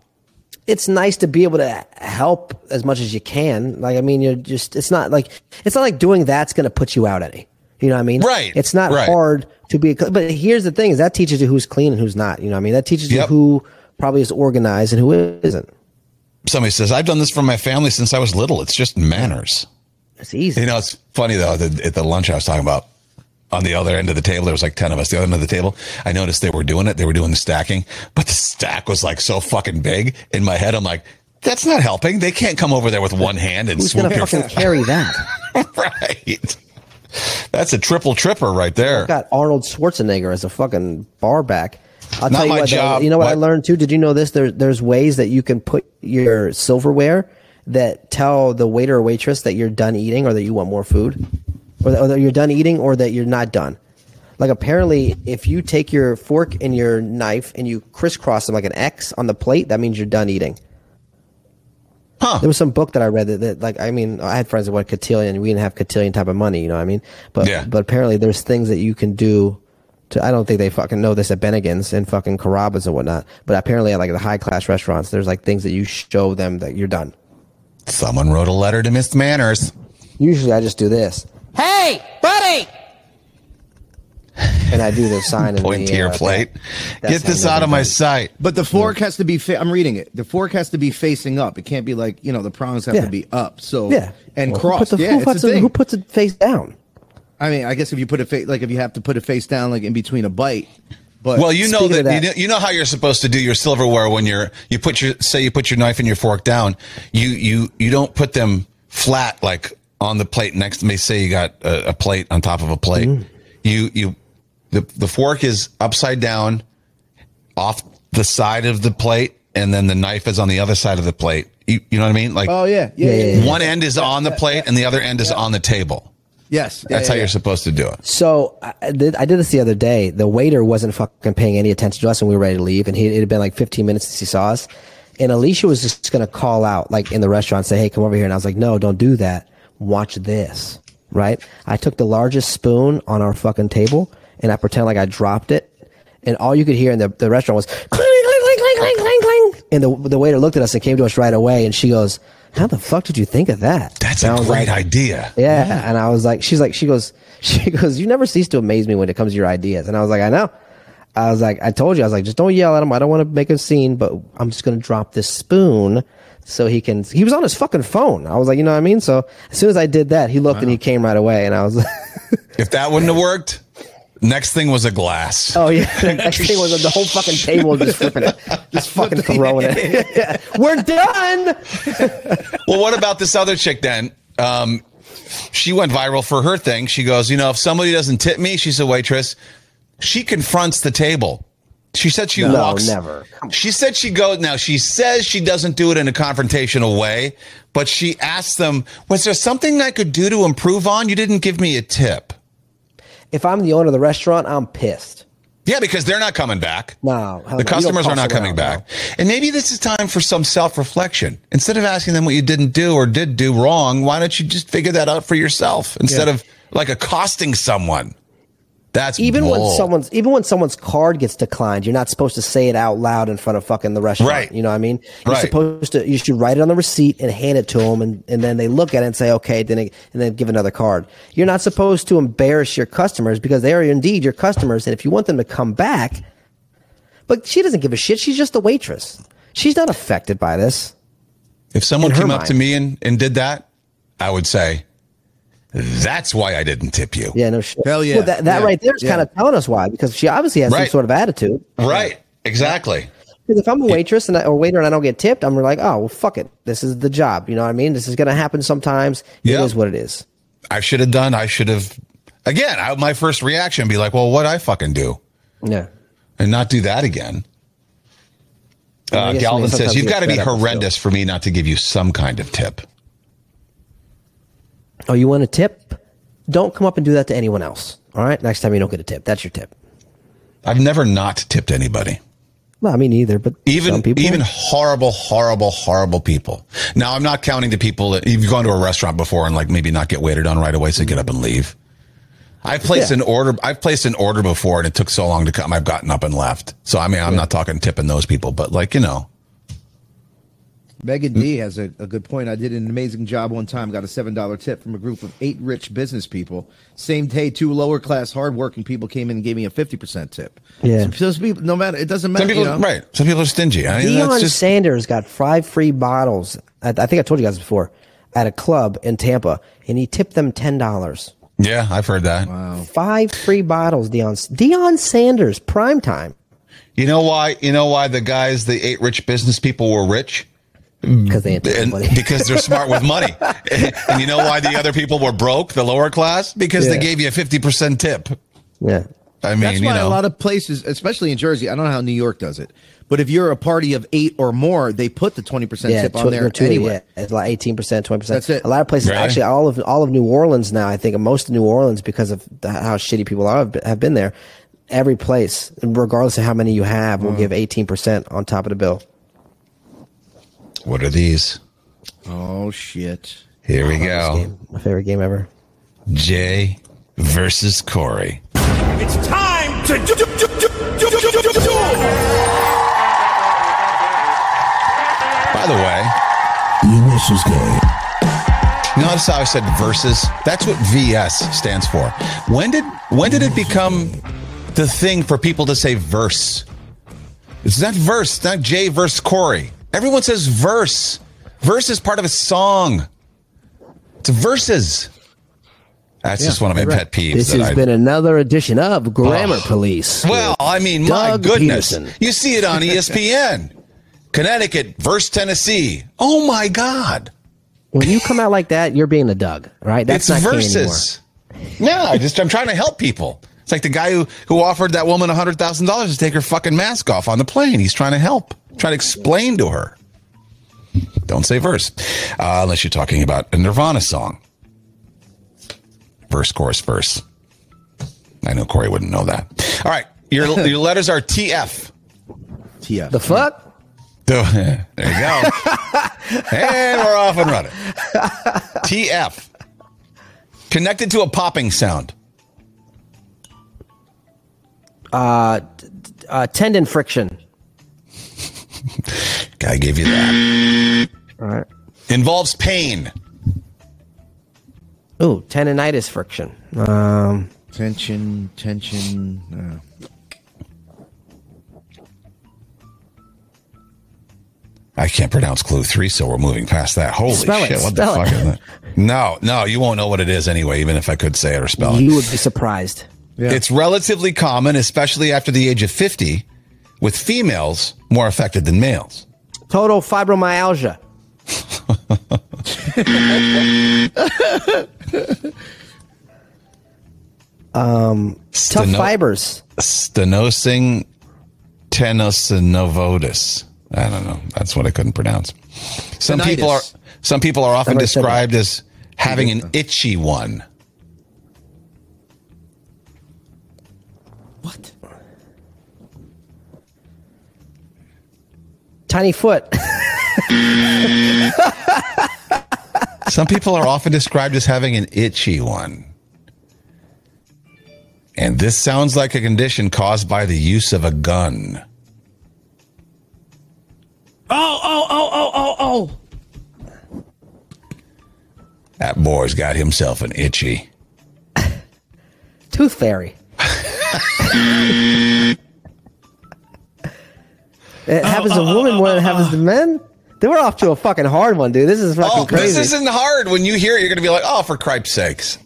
it's nice to be able to help as much as you can. Like, I mean, you're just, it's not like, it's not like doing that's going to put you out any. You know what I mean?
Right,
It's not
right.
hard to be, a cl- but here's the thing is that teaches you who's clean and who's not. You know what I mean? That teaches
Yep.
you who probably is organized and who isn't.
Somebody says, I've done this for my family since I was little. It's just manners.
It's easy.
You know, it's funny though, at the, at the lunch I was talking about on the other end of the table, there was like 10 of us. The other end of the table, I noticed they were doing it. They were doing the stacking, but the stack was like so fucking big in my head. I'm like, that's not helping. They can't come over there with one hand and
who's going
swoop
to
your
fucking carry that?
(laughs) right. That's a triple tripper right there.
got Arnold Schwarzenegger as a fucking bar back. I'll
Not
tell you
my
what, though,
job.
you know what, I
What?
learned too? Did you know this? There, there's ways that you can put your silverware that tell the waiter or waitress that you're done eating or that you want more food or that, or that you're done eating or that you're not done. Like apparently, if you take your fork and your knife and you crisscross them like an X on the plate, that means you're done eating. There was some book that I read that, that like I mean I had friends that went cotillion. We didn't have cotillion type of money, you know what I mean? But
Yeah.
but apparently there's things that you can do. To I don't think they fucking know this at Bennigan's and fucking Carrabba's and whatnot. But apparently at like the high class restaurants, there's like things that you show them that you're done.
Someone wrote a letter to Miss Manners.
Usually I just do this. Hey, buddy. And I do the sign and
Point
the,
to your
uh,
plate.
That's
Get this
how
out of my
everybody-
sight.
But the fork has to be. Fa- I'm reading it. The fork has to be facing up. It can't be like you know the prongs have
Yeah.
to be up. So
Yeah.
and
Who put
crossed.
the-
yeah,
who,
it's a
puts it,
thing.
who puts it face down?
I mean, I guess if you put a face, like if you have to put a face down, like in between a bite. But
Well, you know
Speaking
that,
of
you,
that-
know, you know how you're supposed to do your silverware when you're you put your say you put your knife and your fork down. You you you don't put them flat like on the plate next to me. Say you got a, a plate on top of a plate. You you the the fork is upside down off the side of the plate, and then the knife is on the other side of the plate. You, you know what I mean? Like
oh yeah, yeah, yeah. yeah, yeah.
one end is on the plate and the other end is on the table.
Yes, yeah,
That's
yeah,
how
yeah.
you're supposed to do it.
So I I did, I did this the other day. The waiter wasn't fucking paying any attention to us, and we were ready to leave. And he, it had been like 15 minutes since he saw us. And Alicia was just gonna call out, like in the restaurant, say, "Hey, come over here." And I was like, "No, don't do that. Watch this." Right? I took the largest spoon on our fucking table, and I pretend like I dropped it. And all you could hear in the, the restaurant was cling, cling, cling, cling, cling, cling, cling. And the the waiter looked at us and came to us right away, and she goes, "How the fuck did you think of that?"
That's
And I
a
was
great
like,
idea.
yeah. And I was like, she's like, she goes, (laughs) she goes, you never cease to amaze me when it comes to your ideas. And I was like, I know. I was like, I told you, I was like, just don't yell at him. I don't want to make a scene, but I'm just going to drop this spoon so he can, he was on his fucking phone. I was like, you know what I mean? So as soon as I did that, he looked and he came right away. And I was like,
If that wouldn't have worked, next thing was a glass.
oh yeah. (laughs) The next thing was the whole fucking table just (laughs) flipping it, just fucking throwing it. (laughs) Yeah. We're done.
Well, what about this other chick then? Um, she went viral for her thing. She goes, you know, if somebody doesn't tip me, she's a waitress. She confronts the table. She said she
No,
walks.
never.
She said she goes. Now she says she doesn't do it in a confrontational way, but she asks them, "Was there something I could do to improve on? You didn't give me a tip."
If I'm the owner of the restaurant, I'm pissed.
Yeah, because they're not coming back.
No, hell no. You
the
don't
customers
toss
are not
around,
coming
no.
back. And maybe this is time for some self reflection. Instead of asking them what you didn't do or did do wrong, why don't you just figure that out for yourself instead of like accosting someone? That's
even
bull.
when someone's even when someone's card gets declined, you're not supposed to say it out loud in front of fucking the restaurant.
Right.
You know what I mean? You're
Right.
supposed to you should write it on the receipt and hand it to them and, and then they look at it and say okay, then it, and then give another card. You're not supposed to embarrass your customers because they are indeed your customers and if you want them to come back, but she doesn't give a shit. She's just a waitress. She's not affected by this.
if someone
in her
came up to
mind.
me and, and did that, I would say, that's why I didn't tip you.
Yeah, no shit.
Hell yeah.
Well, that that
Yeah.
right there is
Yeah.
kind of telling us why because she obviously has
Right.
some sort of attitude.
Right. Exactly.
Because if I'm a waitress and I, or waiter and I don't get tipped, I'm like, oh, well, fuck it. This is the job. You know what I mean? This is going to happen sometimes.
Yeah.
It is what it is.
I should have done. I should have. Again, I, my first reaction would be like, well, what I fucking do,
Yeah.
and not do that again.
I
Uh,
guess, I
Galvin
mean,
says
sometimes
you've
you
got to be
get fed up,
horrendous for me not to give you some kind of tip.
Oh, you want a tip? Don't come up and do that to anyone else. All right. Next time you don't get a tip, that's your tip.
I've never not tipped anybody.
Well, I mean, either, but
Even
some people,
even horrible, horrible, horrible people. Now I'm not counting the people that you've gone to a restaurant before and like maybe not get waited on right away, so get up and leave. I've placed
Yeah.
an order. I've placed an order before, and it took so long to come. I've gotten up and left. So I mean, I'm not talking tipping those people, but like you know,
Megan D has a, a good point. I did an amazing job one time, got a $7 tip from a group of eight rich business people. Same day, two lower class, hardworking people came in and gave me a 50% tip.
Yeah.
So, those people, no matter, it doesn't matter.
some people
you know?
right. Some people are stingy. I mean,
Deion
that's just
Sanders got five free bottles. I, I think I told you guys before at a club in Tampa, and he tipped them ten dollars.
yeah. I've heard that.
Five free bottles, Deion. Deion Sanders, prime time
You know why? You know why the guys, the eight rich business people, were rich.
because they ain't taking
and
money. (laughs)
because they're smart with money. and you know why the other people were broke, the lower class? Because they
Yeah.
gave you a 50% tip.
yeah,
I mean,
That's
you
why
know,
a lot of places, especially in Jersey, I don't know how New York does it, but if you're a party of eight or more, they put the 20%
yeah,
tip on there
too,
anyway.
Yeah, it's like eighteen percent, twenty percent.
That's it.
A lot of places,
Really?
actually, all of all of New Orleans now. I think most of New Orleans, because of the, how shitty people are, have been- have been there. Every place, regardless of how many you have,
Hmm.
will give eighteen percent on top of the bill.
what are these?
Oh, shit.
Here we go.
Oh,
Oh.
Game, my favorite game ever.
Jay versus Corey.
It's time to do, do, do, do, do, do, do, do, do.
By the way, Notice how I said versus? That's what VS stands for. When did when did it become the thing for people to say verse? It's not verse, it's not Jay versus Corey. Everyone says verse. Verse is part of a song. It's verses. That's just one of my
right.
pet peeves.
This
that
has
I-
been another edition of Grammar
Oh.
Police.
well, I mean, my
Doug
goodness.
Peterson.
You see it on E
(laughs)
ESPN. Connecticut versus Tennessee. Oh my God.
When you come out like that, you're being a Doug, right? That's
it's
not
versus. No, I just I'm trying to help people. It's like the guy who who offered that woman hundred thousand dollars to take her fucking mask off on the plane. He's trying to help, trying to explain to her. Don't say verse, uh, unless you're talking about a Nirvana song. Verse, chorus, verse. I know Corey wouldn't know that. All right,
(laughs)
your your letters are TF.
TF.
The fuck?
(laughs) There you go. and we're off and running. TF. Connected to a popping sound.
Uh, tendon friction.
Guy gave you that.
All right.
Involves pain.
Ooh, tendonitis friction. Um,
tension, tension. Uh,
I can't pronounce clue three, so we're moving past that. Holy
Spell it,
shit. What
spell
the
it.
fuck is that? No, no, you won't know what it is anyway, even if I could say it or spell it.
you would be surprised.
yeah.
It's relatively common, especially after the age of 50, with females more affected than males.
Total fibromyalgia. Tough
Steno-
fibers.
Stenosing tenosinovotus. I don't know. That's what I couldn't pronounce. Some
Tinnitus.
people are some people are often
Somebody said that.
described as having an itchy one.
what?
Tiny foot. (laughs)
Some people are often described as having an itchy one. And this sounds like a condition caused by the use of a gun.
Oh, oh, oh, oh, oh, oh.
That boy's got himself an itchy.
Tooth fairy. (laughs)
Uh,
it happens to women more than it happens to men. They were off to a fucking hard one, dude. This is fucking
Oh,
crazy.
this isn't hard. When you hear it, you're going to be like, oh, for cripe's sakes.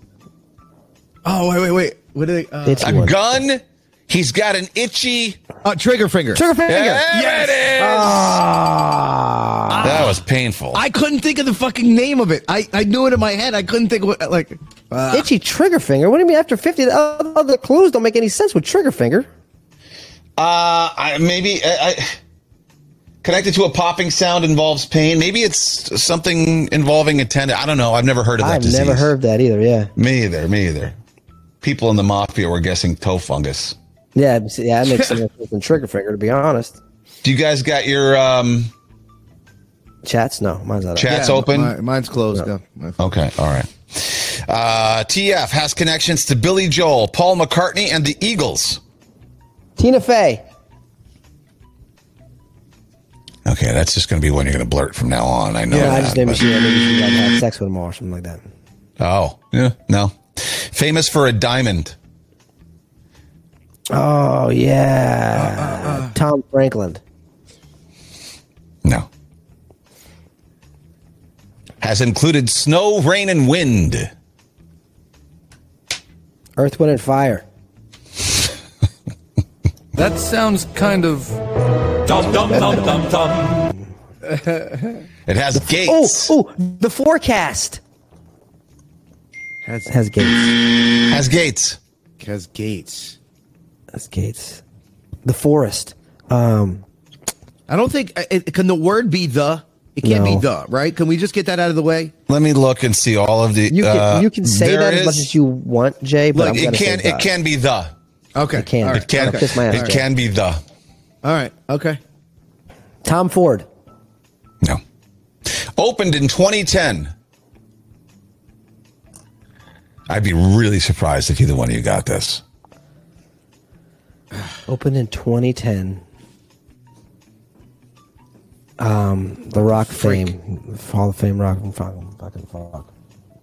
Oh, wait, wait, wait. What do they? Uh,
It's
A
one.
gun? He's got an itchy.
Uh, trigger finger.
Trigger finger.
There it is.
Ah,
that was painful.
I couldn't think of the fucking name of it. I, I knew it in my head. I couldn't think what like.
Itchy trigger finger. What do you mean after fifty? The oth- other clues don't make any sense with trigger finger.
Uh, I, maybe I, I, connected to a popping sound involves pain. Maybe it's something involving a tendon. I don't know. I've never heard of that
I've
disease.
never heard that either. Yeah,
Me either. Me either. People in the mafia were guessing toe fungus.
yeah, it's- yeah. That makes sense than trigger finger. To be honest,
Do you guys got your um,
chats. No, mine's not. up.
chats
Yeah,
open?
my- mine's closed. Yeah. My-
Okay, all right. Uh, TF has connections to Billy Joel, Paul McCartney, and the Eagles.
Tina Fey.
Okay, that's just going to be one you're going to blurt from now on. I know.
I
that,
just named
but-
she, maybe she like,
(laughs)
had sex with him or something like that.
Oh, yeah, no. Famous for a diamond.
Oh yeah,
Uh,
Tom Franklin.
No. Has included snow, rain, and wind.
Earth, Wind, and Fire.
That sounds kind of.
Dum dum dum dum dum.
It has
Oh,
gates.
oh, the forecast
Has
has gates.
Has gates.
has gates.
Has gates. The forest. Um,
I don't think. I- It, can the word be the? It can't
No.
be the, right? Can we just get that out of the way?
Let me look and see all of the.
you can
uh,
you can say
there
that as
is-
much as you want, Jay. But
Look,
I'm
it
gonna say
can. It
that.
can be the.
Okay.
It can.
All
It can.
Okay. Kiss my ass,
It
Jay.
can be the.
All right. Okay.
Tom Ford.
No. Opened in 2010. I'd be really surprised if either one of you got this.
Opened in 2010. Um, the Rock fame, Hall of Fame, Rock, fucking, fucking, fuck.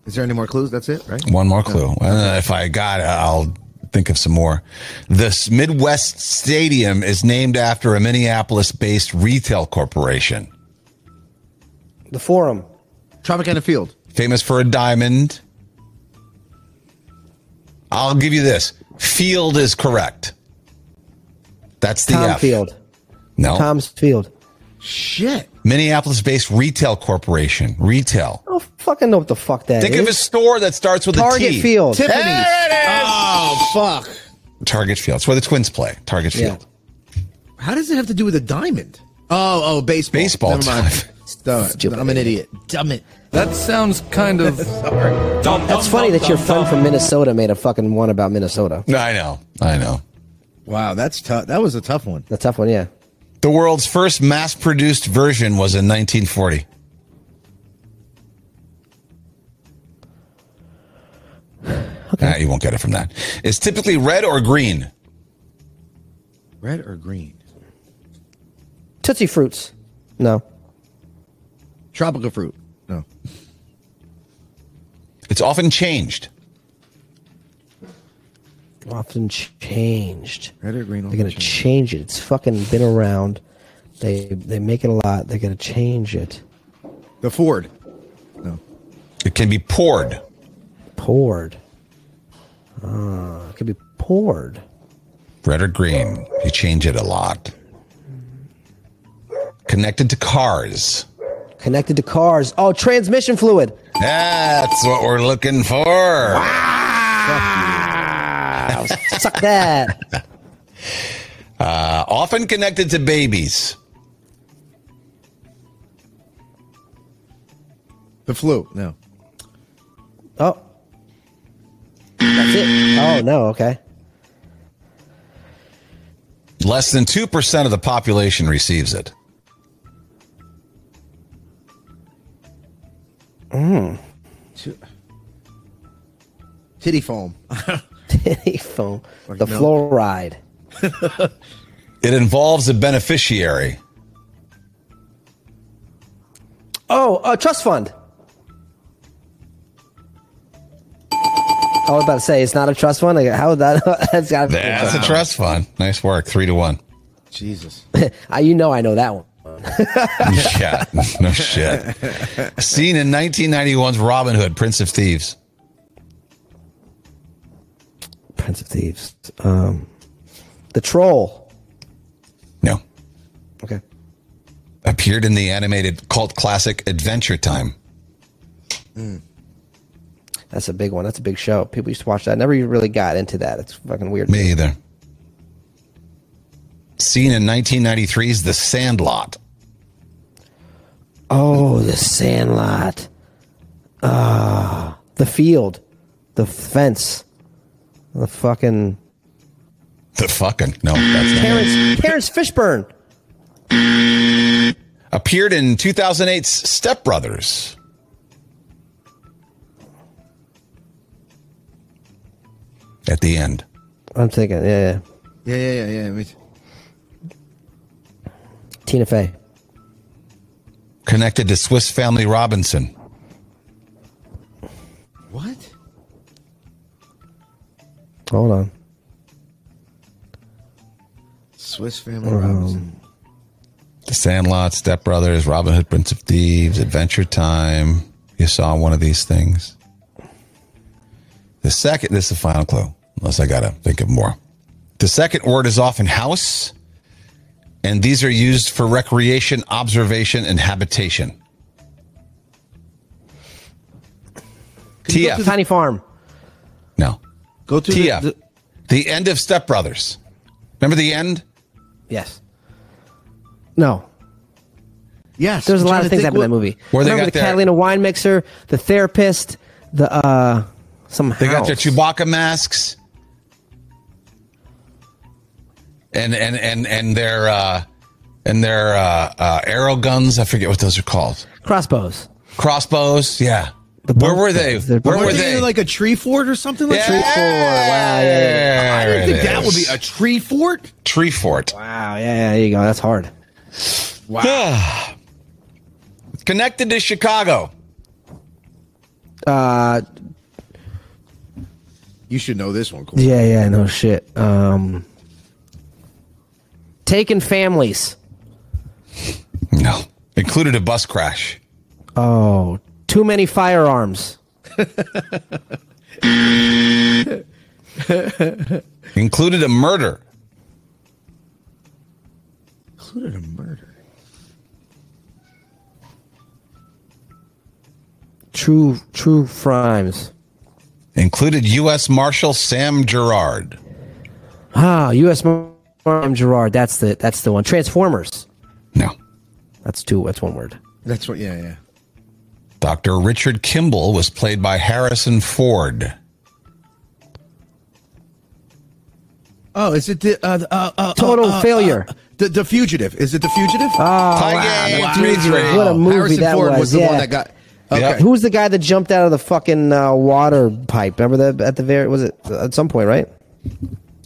Is there any more clues? That's it, right?
One more clue. And then if I got it, I'll think of some more. This Midwest Stadium is named after a Minneapolis based retail corporation.
The Forum,
Tropicana Field.
Famous for a diamond. I'll give you this. Field is correct. That's the
Tom
F. Oh.
Field,
No.
Tom's Field.
Shit.
Minneapolis based retail corporation. Retail.
I don't fucking know what the fuck that is.
Think of a store that starts with a
Target
T.
Field.
Tiffany's.
There it is.
Oh fuck.
Target Field. It's where the Twins play. Target
Yeah.
Field.
How does it have to do with a diamond? Oh, oh, baseball.
Baseball
Never mind.
time.
Dumb it. I'm an idiot. Dumb it.
That sounds kind of.
(laughs)
Dum,
That's funny that your friend from Minnesota made a fucking one about Minnesota.
I know. I know.
Wow, that's tough. That was a tough one.
The tough one, yeah.
The world's first mass produced version was in 1940. Nah, you won't get it from that. It's typically red or green.
Red or green?
Tootsie Fruits. No.
Tropical fruit. No.
It's often changed.
Often changed.
Red or green?
They're gonna change it. It's fucking been around. They they make it a lot. They're gonna change it.
the Ford. No.
It can be poured.
Poured. Ah, it could be poured.
Red or green. You change it a lot. Connected to cars.
Connected to cars. Oh, transmission
(laughs)
fluid.
That's what we're looking for.
Suck that.
Uh, often connected to babies.
The flu. No.
Oh. That's it. Oh no, okay.
Less than 2% of the population receives it.
Two- Titty foam. (laughs)
phone. The
milk.
fluoride.
It involves a beneficiary.
Oh, uh, trust fund. I was about to say it's not a trust fund. Like, How would that? (laughs) That's got.
That's a trust fund. Nice work. Three to one.
Jesus.
I, you know, I know that one.
yeah. No shit. Seen in 1991's Robin Hood, Prince of Thieves.
Prince of Thieves. Um, The troll.
No.
Okay.
Appeared in the animated cult classic Adventure Time.
That's a big one. That's a big show. People used to watch that. Never even really got into that. It's fucking weird.
Me either. Seen in 1993's The Sandlot.
Oh, the Sandlot. Ah, the field, the fence, the fucking
The fucking no, that's not. it.
Terrence Terrence Fishburne.
Appeared in 2008's Step Brothers. At the end,
I'm thinking, yeah, yeah.
Yeah, yeah, yeah, yeah. me too.
Tina Fey.
connected to Swiss Family Robinson.
What?
Hold on.
Swiss
Um,
Family Robinson.
The Sandlot, Step Brothers, Robin Hood, Prince of Thieves, Adventure Time. You saw one of these things. The second, this is the final clue, unless I got to think of more. The second word is often house, and these are used for recreation, observation, and habitation. TF.
Tiny Farm.
No.
Go to the,
TF.
the,
The end of Step Brothers. Remember the end?
Yes. No.
yes.
There's a
I'm
lot
trying
of
to
things
think
happen in that
what-
movie.
Where they
Remember
got
the
their-
Catalina wine mixer, the therapist, the uh some
They got
house.
their Chewbacca masks, and and and and their uh, and their uh, uh, arrow guns. I forget what those are called.
crossbows.
Crossbows. Yeah. Where were they?
They're-
Where were
Weren't they
they?
in, like a tree fort or something like
yeah.
that?
Wow.
I didn't think that would be a tree fort.
tree fort.
Wow, yeah, yeah, there you go. That's hard.
Connected to Chicago.
You should know this one. Cool.
Yeah, yeah, no shit. Um Taking families.
No. Included a bus crash.
Oh, too many firearms.
Included a murder.
Included a murder.
True true crimes.
Included U.S. Marshal Sam Gerard.
Ah, US Marm Gerard, that's the that's the one. Transformers.
No.
That's two that's one word.
That's what. Yeah, yeah.
Dr. Richard Kimball was played by Harrison Ford.
Oh, is it the uh, the, uh, uh,
Total
uh, uh,
failure. Uh,
uh, the the fugitive. Is it the fugitive?
Tie game, Oh, three, three.
What a movie
Harrison
that
Ford
was.
was, the
yeah.
one that got. Okay.
Yep.
Who was the guy that jumped out of the fucking uh, water pipe? Remember that at the very was it uh, at some point, right?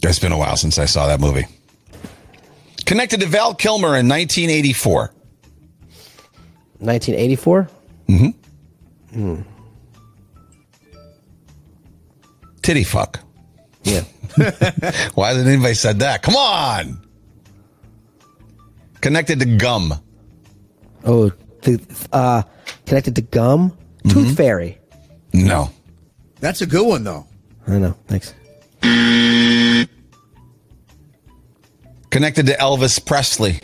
It's been a while since I saw that movie. Connected to Val Kilmer in 1984.
1984.
Titty fuck.
Yeah.
Why hasn't anybody said that? Come on. Connected to gum.
(laughs) Oh, the uh, connected to gum, Tooth Fairy.
No.
That's a good one though.
I know. Thanks.
Connected to Elvis Presley.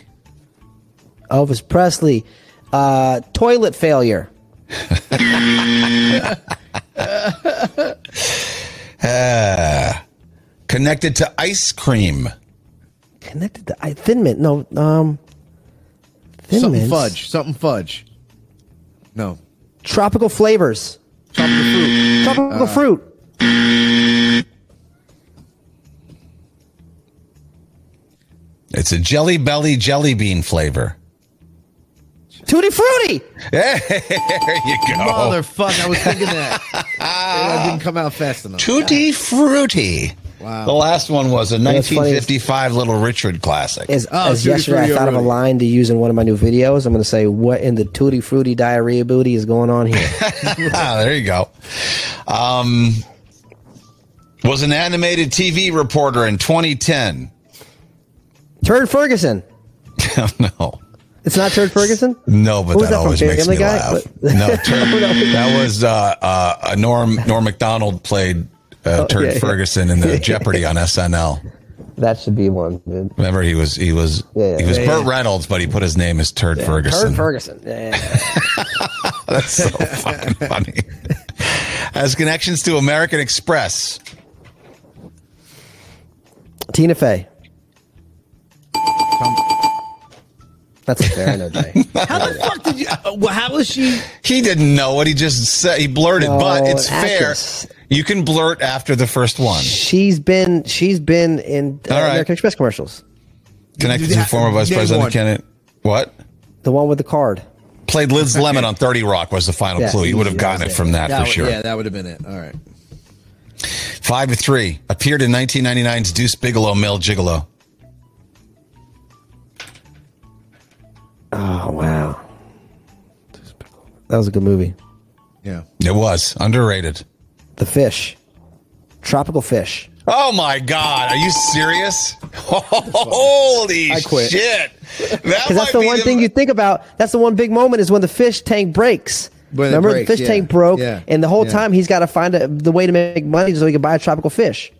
Elvis Presley. Uh, toilet failure.
Connected to ice cream.
Connected to I, Thin Mint. No. Um. Thin
Something
Mints.
fudge. Something fudge. No.
Tropical flavors.
Tropical fruit.
Tropical fruit.
It's a jelly belly jelly bean flavor. (laughs)
Tutti frutti.
There you go.
Motherfucker! I was
(laughs)
thinking that. I didn't come out fast enough.
Tutti Frutti.
Wow.
The last one was a
what's funny is-
1955 Little Richard classic. (laughs)
As,
Oh,
as
Tutti
yesterday, I
Frutti
thought of a
already.
line to use in one of my new videos. I'm going to say, "What in the tutti frutti diarrhea booty is going on
(laughs)
here?"
ah, there you go. Um, was an animated TV reporter in 2010.
Turd Ferguson.
(laughs) no,
It's not Turd Ferguson.
no, but
Who was
that,
that from,
always makes
Family
me
Guy?
laugh.
What?
no,
(laughs)
Tur- that was uh, uh, uh, Norm Norm Macdonald played uh, Turd
Oh, yeah, yeah. (laughs)
Ferguson in the Jeopardy on SNL.
That should be one, dude.
Remember, he was he was
Yeah, yeah.
he was
Yeah,
Burt Reynolds, but he put his name as Turd Ferguson.
Turd Ferguson. Yeah, yeah, yeah. (laughs)
That's so fucking funny. Has connections to American Express.
Tina Fey. That's fair. I know
(laughs)
Jay.
How the fuck did you? uh, well, How is she?
He didn't know what he just said. He blurted,
No,
but it's
Atkins.
fair. You can blurt after the first one.
She's been she's been in uh,
All right.
American Express commercials.
Connected
Yeah,
to former Vice
name
President
one.
Kennedy. What?
The one with the card.
Played
(laughs)
Liz Lemon on 30 Rock was the final
Yeah,
clue. You would have
easy,
gotten
that
it
was
from that,
That
for
would-
sure.
Yeah, that would have been it. All right.
Five to three. Appeared in 1999's Deuce Bigelow, Mel Gigolo.
Oh wow. That was a good movie.
Yeah.
It was underrated.
The fish. Tropical fish.
Oh my God! Are you serious? (laughs) Holy
I quit. (laughs)
shit!
Because
That
that's
might
the
be
one thing you think about. That's the one big moment is when the fish tank breaks.
When it
Remember
breaks,
the fish
yeah.
tank broke,
Yeah.
and the whole
Yeah.
time he's got to find a, the way to make money so he can buy a tropical fish.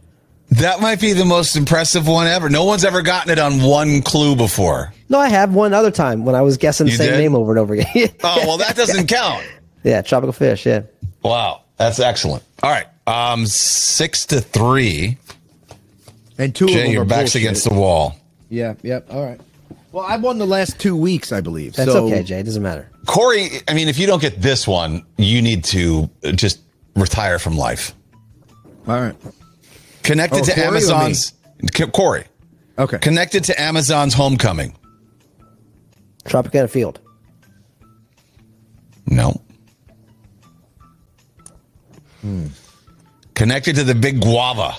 That might be the most impressive one ever. No one's ever gotten it on one clue before.
No, I have one other time when I was guessing the
You
same
did?
name over and over again. (laughs)
Oh well, that doesn't count.
yeah, tropical fish. Yeah.
Wow, that's excellent. All right, um, six to three.
And two of
Jay,
them
your
are
back's
bullshit.
against the wall.
Yeah. Yep. All right. Well, I won the last two weeks, I believe.
That's
so
okay, Jay. It doesn't matter.
Corey, I mean, if you don't get this one, you need to uh, just retire from life.
All right.
Connected
Oh,
to
Corey or me?
Amazon's C- Corey.
Okay.
Connected to Amazon's Homecoming.
Tropicana Field.
No.
Hmm.
Connected to the big guava.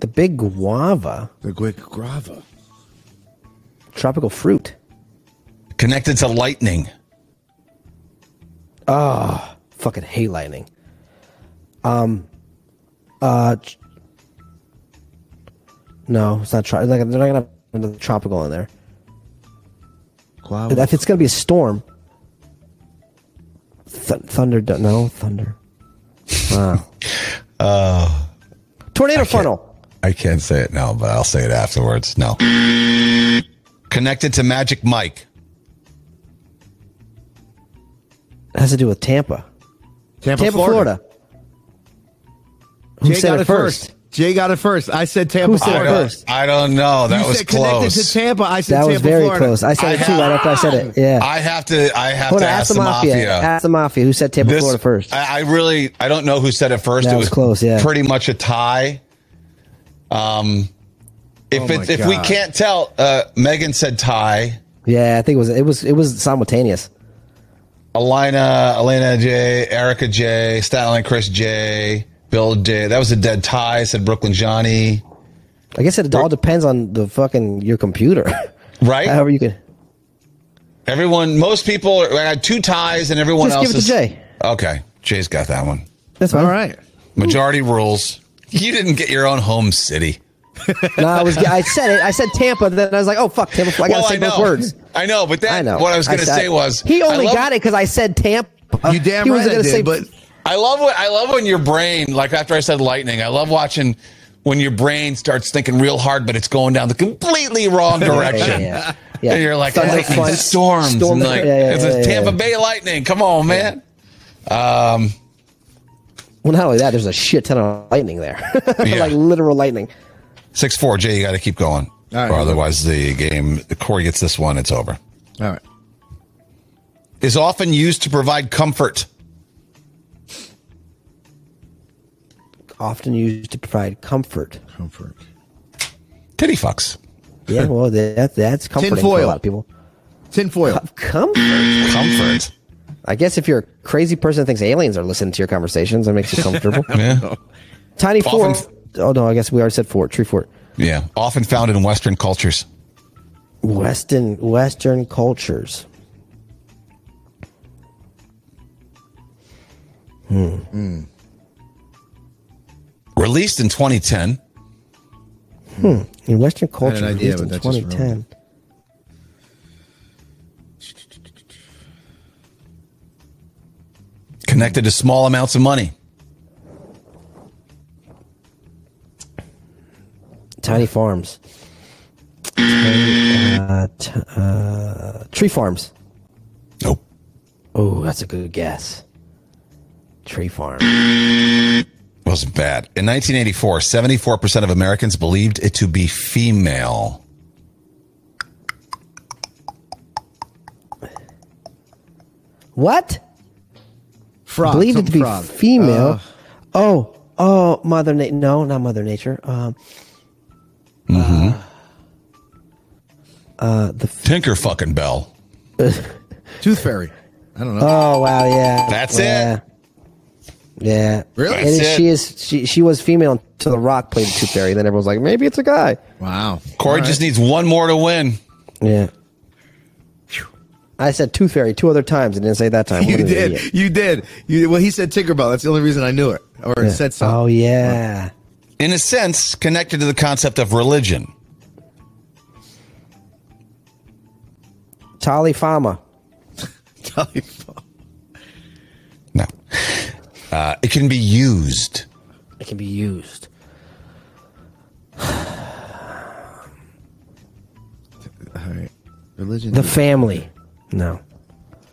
The big guava.
the quick grava.
Tropical fruit.
Connected to lightning.
Fucking hate lightning. Um. Uh. ch- No, it's not. Tro- like, they're not gonna have another tropical in there.
Guava.
If it's gonna be a storm. Th- thunder. do- No thunder. Wow. Tornado funnel.
I can't say it now, but I'll say it afterwards. No. Connected to Magic Mike.
It has to do with Tampa.
Tampa,
Tampa, Florida. Who
Jay
said
got
it first?
Jay got it first. I said Tampa.
Who said it
I
Florida.
first?
don't, I don't know. That
you
was
said
close.
connected to Tampa. I said
That
Tampa,
was very
Florida.
close. I said it too right after I said it. Yeah.
I have to. I have
Hold
to
on,
ask, the mafia.
Ask the mafia. Who said Tampa,
This-
Florida first?
I, I really. I don't know who said it first.
That
it
was close, yeah.
pretty much a tie. Um, if
Oh my
it's if we
God.
can't tell, uh, Megan said tie.
yeah, I think it was. It was. It was simultaneous.
Alina, Elena J, Erica J, Statline Chris J, Bill J. That was a dead tie. Said Brooklyn Johnny.
I guess it all depends on the fucking your computer. (laughs)
Right.
However you can.
Everyone, most people. I had two ties, and everyone
Just
else
give it
is
to Jay.
Okay, Jay's got that one.
That's fine.
All right.
Majority rules. You didn't get your own home city.
No, I was. I said it. I said Tampa. Then I was like, oh fuck, Tampa. I gotta
Well,
say
I
both
know.
words.
I know, but
I
that
know.
what I was going to
said-
say was
he
I
only
love-
got it because I said Tampa.
You damn
Uh, he
right
wasn't
I
gonna
did,
say-
but
I love what I love when your brain, like after I said lightning, I love watching when your brain starts thinking real hard, but it's going down the
(laughs)
completely wrong direction.
yeah, yeah.
And you're like
Thunder
lightning
punch,
storms,
storm-
and like
yeah, yeah,
it's
yeah,
a
yeah,
Tampa
yeah.
Bay Lightning. Come on, man.
Well, not only that, there's a shit ton of lightning there, (laughs)
Yeah.
like literal lightning.
Six four, Jay. You got to keep going,
All right.
or otherwise the game. Corey gets this one. It's over.
All right.
Is often used to provide comfort.
Often used to provide comfort.
Comfort.
Titty fucks. (laughs)
Yeah, well, that that's comforting for a
Tinfoil.
lot of people.
Tinfoil.
Comfort.
(laughs)
Comfort.
I guess if you're a crazy person that thinks aliens are listening to your conversations, that makes you
(laughs)
comfortable.
Yeah.
Tiny
Often-
fort. Oh no, I guess we already said fort. Tree fort.
Yeah. Often found in Western cultures.
Western Western cultures.
Released in 2010.
In Western cultures,
idea,
released
but
in
that just ruined
2010.
connected to small amounts of money.
Tiny farms. Tiny, uh, t- uh, tree farms.
Nope.
Oh, that's a good guess. Tree farm.
was bad. In 1984, 74% of Americans believed it to be female.
What?
Frog.
Believed it to be
something frog.
female.
Uh,
oh, oh, Mother Nature. No, not Mother Nature. Um, (laughs) uh, uh, the f-
Tinker fucking bell.
Tooth fairy. I don't know.
oh wow, yeah.
That's
yeah.
it.
Yeah,
Really?
And
That's
she
it.
is she she was female until The Rock played the Tooth Fairy. Then everyone's like, maybe it's a guy. (laughs)
wow.
Corey just needs one more to win.
Yeah. I said Tooth Fairy two other times and didn't say that time.
(laughs) (laughs) You
What an
did.
idiot.
You did. You, well, he said Tinkerbell. That's the only reason I knew it or
Yeah.
said something.
Oh
(laughs)
yeah.
In a sense, connected to the concept of religion.
Tali Fama.
No. Uh, it can be used.
It can be used.
All right. Religion.
The family. No.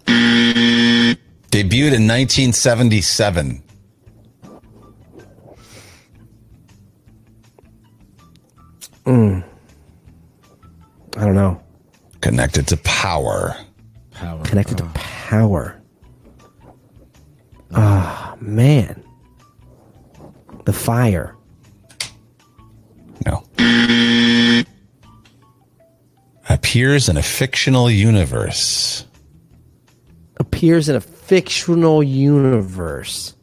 Debuted in 1977.
I don't know.
Connected to power.
power.
Connected to power. Ah man. The fire.
No. Appears in a fictional universe.
Appears in a fictional universe.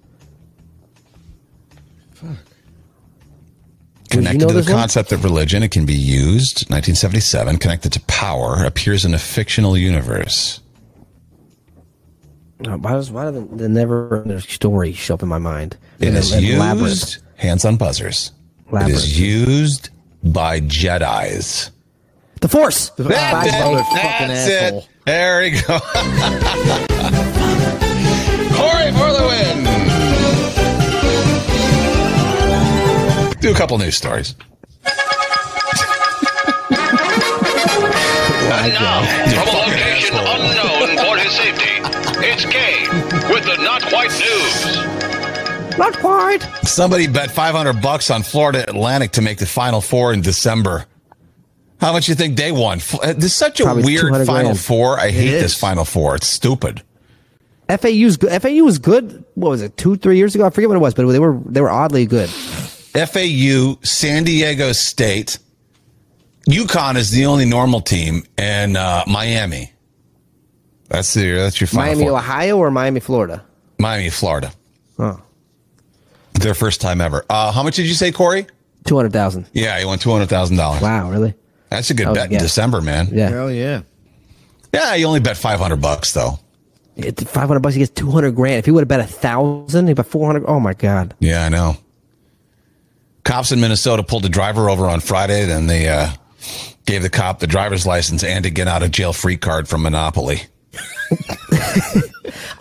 Would you
Connected
know
to
this
the
one?
concept of religion, it can be used. 1977, connected to power, appears in a fictional universe.
Uh, Why does why do the, the never ending story show up in my mind?
It
And
is
the- and
used.
labyrinth.
Hands on buzzers. It
Labyrinth.
is used by Jedi's.
The Force.
That's
Bye,
it.
Bob.
Motherfucking asshole.
it. There we go. Corey for the win. Do a couple news stories.
From a location unknown for his safety, it's Kane with the Not Quite News.
Not quite.
Somebody bet 500 bucks on Florida Atlantic to make the Final Four in December. How much you think they won? F- uh, This is such a
Probably
weird
200
Final
grand.
Four. I hate this
is.
Final Four. It's stupid.
FAU's good. FAU was good. What was it? Two, three years ago. I forget what it was, but they were they were oddly good.
FAU, San Diego State, UConn is the only normal team, and uh, Miami. That's the that's your final
Miami,
four.
Ohio, or Miami, Florida.
Miami, Florida.
Oh.
Their first time ever. Uh, how much did you say, Corey?
Two hundred thousand.
Yeah, you won two hundred thousand dollars.
Wow, really?
That's a good
was a
bet in
guess.
December, man.
Yeah.
Hell yeah.
yeah, you only bet five hundred bucks though.
Five hundred bucks. He gets two hundred grand. If he would have bet a thousand, he bet four hundred. Oh my god.
Yeah, I know. Cops in Minnesota pulled a driver over on Friday, then they uh, gave the cop the driver's license and a get out of jail free card from Monopoly.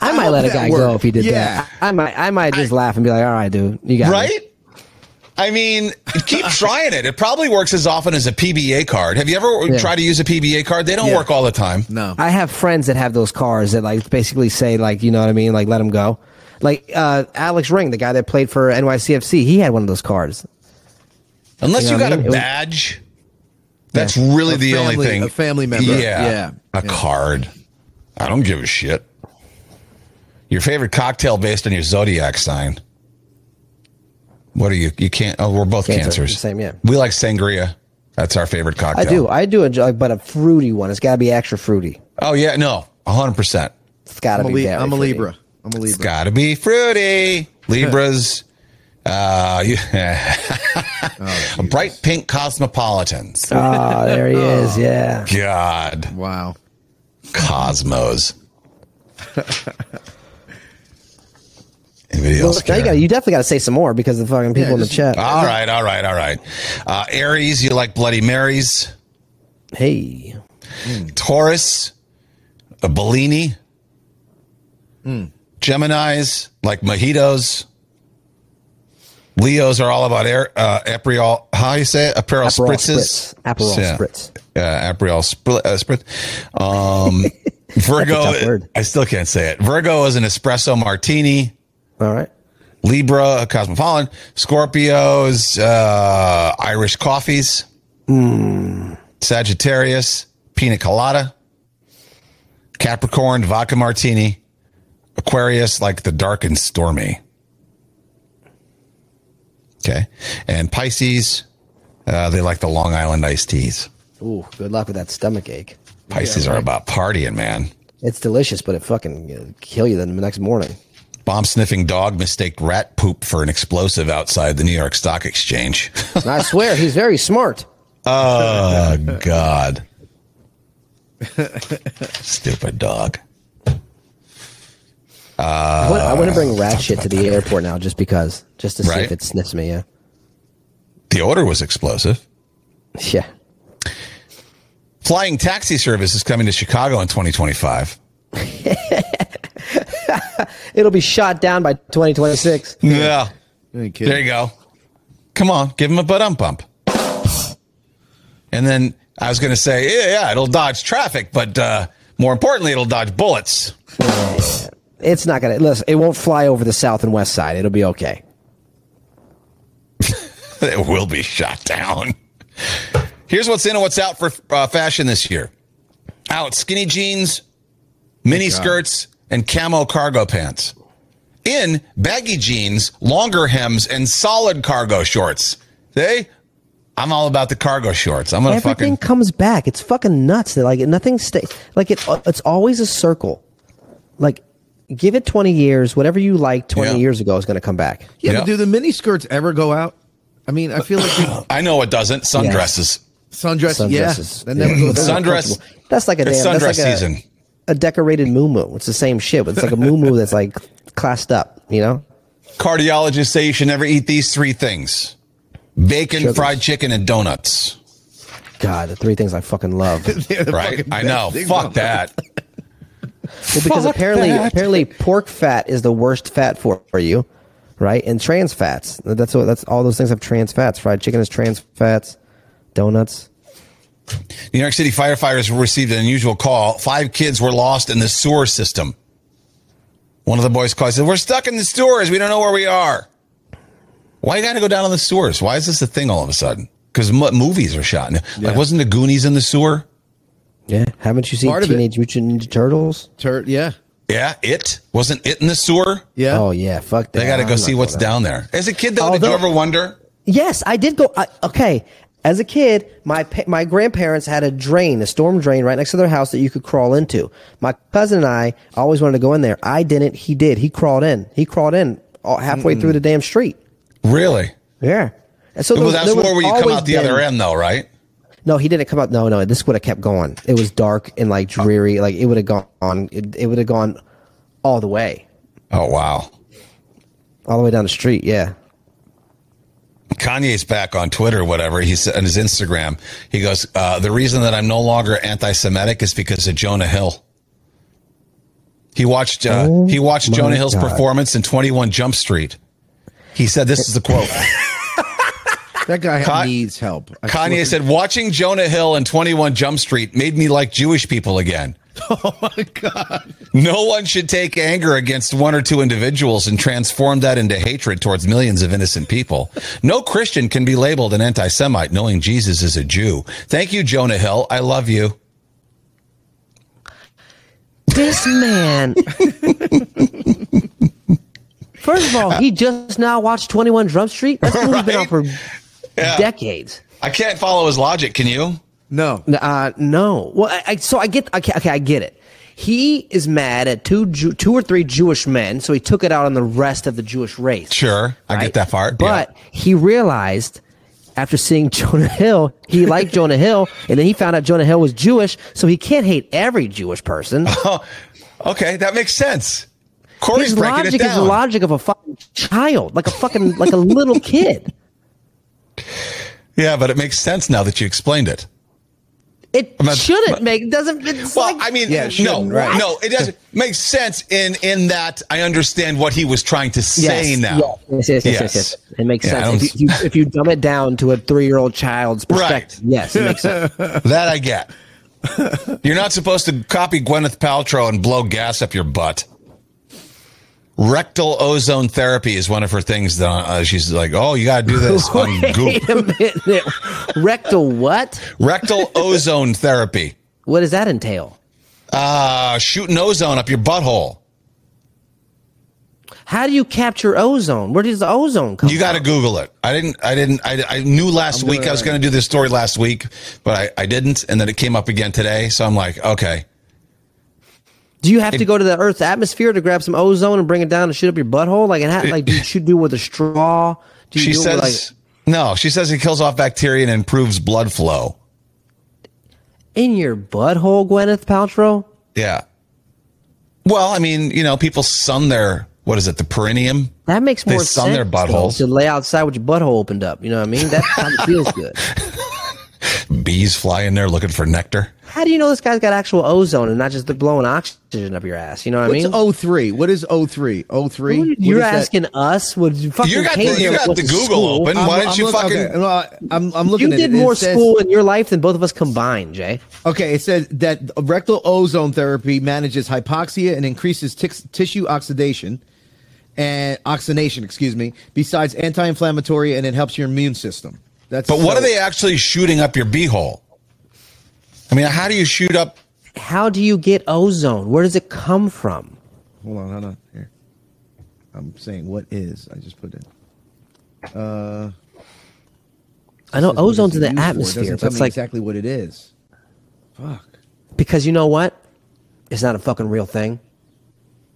I, might let a
that
guy
worked.
go if he did
Yeah.
that. I, I might. I might just laugh and be like, "All right, dude, you got me."
Right? I mean, (laughs) keep trying it. It probably works as often as a PBA card. Have you ever
Yeah.
tried to use a PBA card? They don't
Yeah.
work all the time.
No.
I have friends that have those cars that like basically say like you know what I mean like let them go. Like uh, Alex Ring, the guy that played for NYCFC, he had one of those cars.
Unless
You
you,
know what
got
I mean? It
a
was-
badge. That's really
A
the only
family-
thing.
a family member.
Yeah.
Yeah.
A card. I don't give a shit. Your favorite cocktail based on your zodiac sign. What are you? You can't. Oh, we're both
Cancer.
cancers.
Same, yeah.
We like sangria. That's our favorite
I
cocktail.
do, I do enjoy, but a fruity one. It's got to be extra fruity.
Oh, yeah. No, 100%.
It's got to
I'm a,
be.
li-
very
I'm a
fruity.
Libra. I'm a Libra.
It's gotta
(laughs)
be fruity. Libras. Uh, (laughs) you, bright pink cosmopolitans.
Oh, Ah, there
(laughs)
he is.
Oh.
Yeah,
God,
Wow.
cosmos. (laughs) Anybody
Well,
else?
now you,
care?
gotta, you definitely got to say some more because the fucking people in the
just-
chat.
all right, all right, all right. Uh, Aries, you like Bloody Marys.
hey,
Taurus, a Bellini.
Hmm.
Gemini's like mojitos. Leos are all about air, uh, Aperol. How do you say it? Aperol,
Aperol spritz.
spritzes.
Aperol
yeah.
spritz.
Yeah, Aperol uh, spr- uh, spritz.
(laughs)
Um,
tough
Virgo.
word.
I still can't say it. Virgo is an espresso martini.
All right.
Libra, a cosmopolitan. Scorpios, uh, Irish coffees.
Hmm.
Sagittarius, pina colada. Capricorn, vodka martini. Aquarius, like the dark and stormy. Okay. And Pisces, uh, they like the Long Island iced teas.
Ooh, good luck with that stomach ache.
Pisces are about partying, man.
It's delicious, but it fucking you know, kill you the next morning.
Bomb sniffing dog mistaked rat poop for an explosive outside the New York Stock Exchange. (laughs)
And I
(laughs)
swear, he's very smart.
Oh God. Stupid dog.
I wanna- I want to bring rat shit to the
Uh.
airport now, just because, just to see
Right.
if it sniffs me. Yeah, (laughs)
The order was explosive.
yeah.
Flying taxi service is coming to Chicago in 2025.
It'll be shot down by 2026.
Yeah.
Any kid?
There you go. Come on, give him a butt bump. And then I was going to say, yeah, yeah, it'll dodge traffic, but uh, more importantly, it'll dodge bullets.
It's not gonna. Listen, it won't fly over the south and west side. It'll be okay.
it will be shot down. Here's what's in and what's out for uh, fashion this year. Out skinny jeans, mini skirts, and camo cargo pants. In baggy jeans, longer hems, and solid cargo shorts. They, I'm all about the cargo shorts.
Oh,
I'm gonna
Everything
fucking
comes back. It's fucking nuts. That like nothing stays. Like it. uh, It's always a circle. Like, give it 20 years. Whatever you liked 20
Yeah.
years ago is gonna come back.
Yeah,
Yeah.
but do the mini skirts ever go out? I mean, I feel like
(clears throat)
the
I know it doesn't sundresses.
sundress,
Sundresses.
yeah, that never goes
Those
(laughs)
out.
are
Sundress-
comfortable. That's like a
It's
damn, that's
sundress
like a-
season.
A decorated moo It's the same shit. But it's like a moo that's like classed up. You know.
Cardiologists say you should never eat these three things: bacon,
Sugars.
fried chicken, and donuts.
God, the three things I fucking love.
Right? I know.
things on
Fuck that.
(laughs) Well, because
Fuck
apparently,
that.
apparently, pork fat is the worst fat for for you, right? And trans fats. That's what. That's all those things have trans fats. Fried chicken is trans fats. Donuts.
New York City firefighters received an unusual call. Five kids were lost in the sewer system. One of the boys called and said, We're stuck in the sewers. We don't know where we are. Why you got to go down in the sewers? Why is this a thing all of a sudden? Because m- movies are shot. in- Like, wasn't the Goonies in the sewer?
Yeah. Haven't you seen
Part of it.
Teenage Mutant Ninja Turtles?
Tur- yeah,
Yeah, it wasn't it in the sewer.
yeah.
Oh yeah. Fuck that.
They got to
I'm
go
not
see
going
what's
out.
down there. As a kid, though, did you
Although-
ever wonder?
Yes, I did go. I, okay, as a kid, my pa- my grandparents had a drain, a storm drain, right next to their house that you could crawl into. My cousin and I always wanted to go in there. I didn't. He did. He crawled in. He crawled in all, halfway through the damn street.
Really?
Yeah. And so there
Well,
was-
that's
there was
more where you come
always
out the
been-
other end, though, right?
No, he didn't come out. No, no, this would have kept going. It was dark and like
Oh.
dreary. Like it would have gone on. It, it would have gone all the way,
Oh wow.
all the way down the street. Yeah.
Kanye's back on Twitter, whatever he said on his Instagram. He goes, uh, "The reason that I'm no longer anti-Semitic is because of Jonah Hill." He watched uh,
Oh
he watched
my
Jonah Hill's
God.
performance in 21 Jump Street. He said, "This is the quote."
That guy
Con-
needs help. I
Kanye
swear.
said, "Watching Jonah Hill and 21 Jump Street made me like Jewish
(laughs)
people again." Oh my God! No one should take anger against one or two individuals and transform that into hatred towards millions of innocent people. No Christian can be labeled an anti-Semite knowing Jesus is a Jew. Thank you, Jonah Hill. I love you.
This (laughs) man. First of all, he just now watched 21 Drum Street. That's has been on
Right?
for
(laughs) Yeah.
decades.
I can't follow his logic. Can you?
no.
N- Uh, no. Well, I, I, so I get, okay, okay, I get it. He is mad at two, Ju- two or three Jewish men, so he took it out on the rest of the Jewish race.
Sure, I
right?
get that part.
But
Yeah.
he realized after seeing (laughs) Jonah Hill, he liked Jonah Hill, and then he found out Jonah Hill was Jewish, so he can't hate every Jewish
(laughs)
person.
Oh, okay, that makes sense. Corey's
His
breaking
logic
it down.
is the logic of a fucking child, like a fucking like a little kid.
yeah, but it makes sense now that you explained it.
It
I'm not-
shouldn't make doesn't. It's
Well,
like-
I mean,
Yeah, it
no,
shouldn't, right.
no, it doesn't make sense in in that I understand what he was trying to say now.
Yes, yes, yes, yes, yes,
Yes.
It makes
Yeah, I
sense.
don't-
If you, you- if you dumb it down to a three year old child's
Right.
perspective. Yes, it
(laughs)
makes sense.
That I get. You're not supposed to copy Gwyneth Paltrow and blow gas up your butt. Rectal ozone therapy is one of her things that uh, she's like, oh, you got to do this on
Wait
Goop.
a minute. Rectal what?
Rectal ozone therapy.
What does that entail?
Uh, shooting ozone up your butthole.
How do you capture ozone? Where does the ozone come
You got to Google it. I didn't. I didn't. I, I knew last week I was going to do this story last week, but I, I didn't, and then it came up again today. So I'm like, okay,
Do you have to go to the Earth's atmosphere to grab some ozone and bring it down and shoot up your butthole? Like, and ha- like do you should do it with a straw? Do you
she
do it
says
with, like,
no. She says it kills off bacteria and improves blood flow.
in your butthole, Gwyneth Paltrow?
Yeah. Well, I mean, you know, people sun their what is it, the perineum?
That makes
They
more sense.
sun their
though,
buttholes.
to lay outside with your butthole opened up. You know what I mean? That kind of feels
(laughs)
good.
Bees fly in there looking for nectar.
How do you know this guy's got actual ozone and not just the blowing oxygen up your ass? You know what I
What's
mean?
O three? What is O three? O three?
What You're asking us? Would you fucking
You got
came
the, you
here
got
with
the Google
school.
open. Why don't you fucking?
Okay, well, I'm, I'm
You
looking at
did
it. It
more
says-
school in your life than both of us combined, Jay.
Okay, it says that rectal ozone therapy manages hypoxia and increases tic- tissue oxidation and oxidation, excuse me, besides anti-inflammatory and it helps your immune system. That's
But what
so-
are they actually shooting up your beehole? I mean, how do you shoot up?
How do you get ozone? Where does it come from?
Hold on, hold on. Here. I'm saying what is. I just put it.
I know
Says what
ozone's
is
in the
it used for? It
atmosphere,
doesn't
but
tell
it's
me
like
exactly what it is. Fuck.
because you know what? It's not a fucking real thing.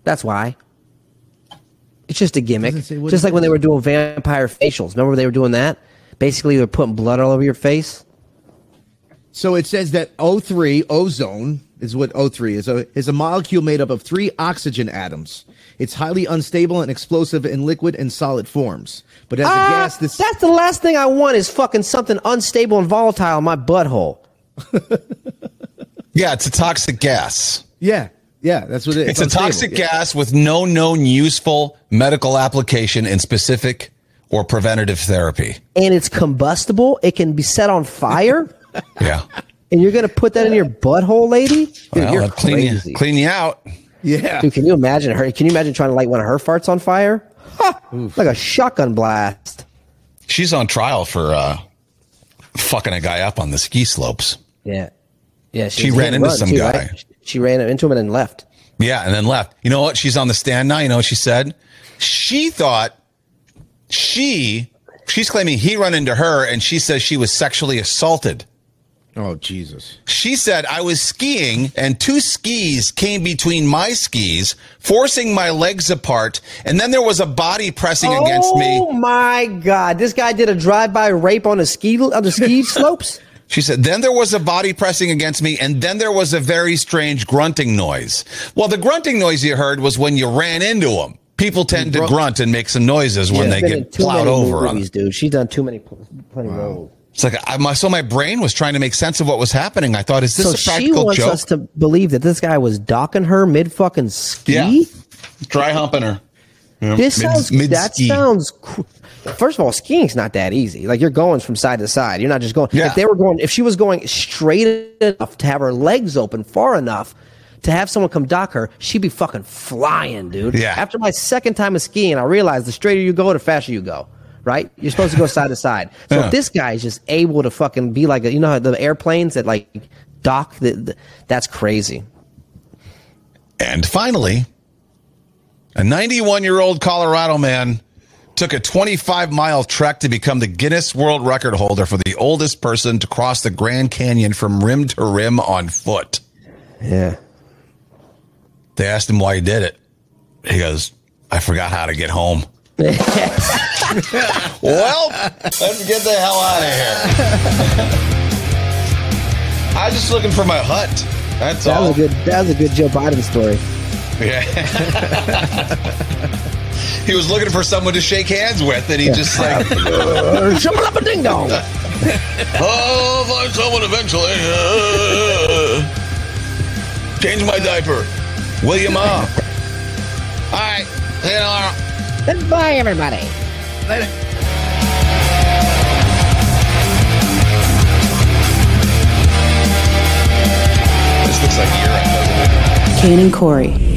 That's why. It's just a gimmick.
Doesn't say what
Just
it
like when
is.
they were doing vampire facials. Remember when they were doing that? Basically, they were putting blood all over your face.
So it says that O3 ozone is what O3 is. uh, Is a molecule made up of three oxygen atoms. It's highly unstable and explosive in liquid and solid forms. But as
Ah,
a gas, this
that's the last thing I want is fucking something unstable and volatile in my butthole.
Yeah, it's a toxic gas.
yeah, yeah, that's what it is.
It's a
unstable,
toxic
yeah.
gas with no known useful medical application in specific or preventative therapy.
And it's combustible. It can be set on
(laughs)
fire.
Yeah.
and you're going to put that in your butthole, lady? (laughs) Dude,
Well,
you're
that'd clean
crazy.
you, clean you out.
Yeah.
Dude, can you imagine her? Can you imagine trying to light one of her farts on fire? Ha! Like a shotgun blast.
She's on trial for uh, fucking a guy up on the ski slopes.
Yeah, yeah.
She
was
ran
hit and
into
run,
some
too,
guy.
right? She ran into him and then left.
Yeah, and then left. You know what? She's on the stand now. You know what she said? She thought she she's claiming he run into her, and she says she was sexually assaulted.
Oh Jesus.
She said, I was skiing and two skis came between my skis, forcing my legs apart. And then there was a body pressing against me.
Oh my god! This guy did a drive-by rape on the ski on the ski
(laughs)
slopes.
She said, then there was a body pressing against me. And then there was a very strange grunting noise. Well, the grunting noise you heard was when you ran into him. People tend to grunt and make some noises when they
Been in
get
too
plowed
many
over. On.
movies, dude. She's done too many pl- plenty of roles.
It's like, I, my, so my brain was trying to make sense of what was happening. I thought, is this
So
a
she
practical
wants
joke?
us to believe that this guy was docking her mid fucking ski.
yeah. Dry humping her.
This
Mid-
sounds that
mid-ski.
sounds. cr- First of all, skiing's not that easy. Like you're going from side to side. You're not just going.
Yeah.
If they were going, if she was going straight enough to have her legs open far enough to have someone come dock her, she'd be fucking flying, dude.
Yeah.
After my second time of skiing, I realized the straighter you go, the faster you go. Right? You're supposed to go side to
(laughs)
side. So
Yeah.
if this guy is just able to fucking be like, a, you know, how the airplanes that like dock. The, the, that's crazy.
And finally, a 91 year old Colorado man took a 25 mile trek to become the Guinness World Record holder for the oldest person to cross the Grand Canyon from rim to rim on foot.
Yeah.
They asked him why he did it. He goes, I forgot how to get home.
(laughs)
Well, let's get the hell out of here. (laughs) I was just looking for my hut. That's
That
all.
was a good. That was a good Joe Biden story.
Yeah. (laughs) he was looking for someone to
(laughs)
(laughs)
shake hands with, and he just like,
Shuffle up a ding dong.
oh, find someone eventually. Uh, change my diaper.
William R. All right. See you tomorrow.
Goodbye, everybody.
This looks like Europe, doesn't it?
Kane and Corey.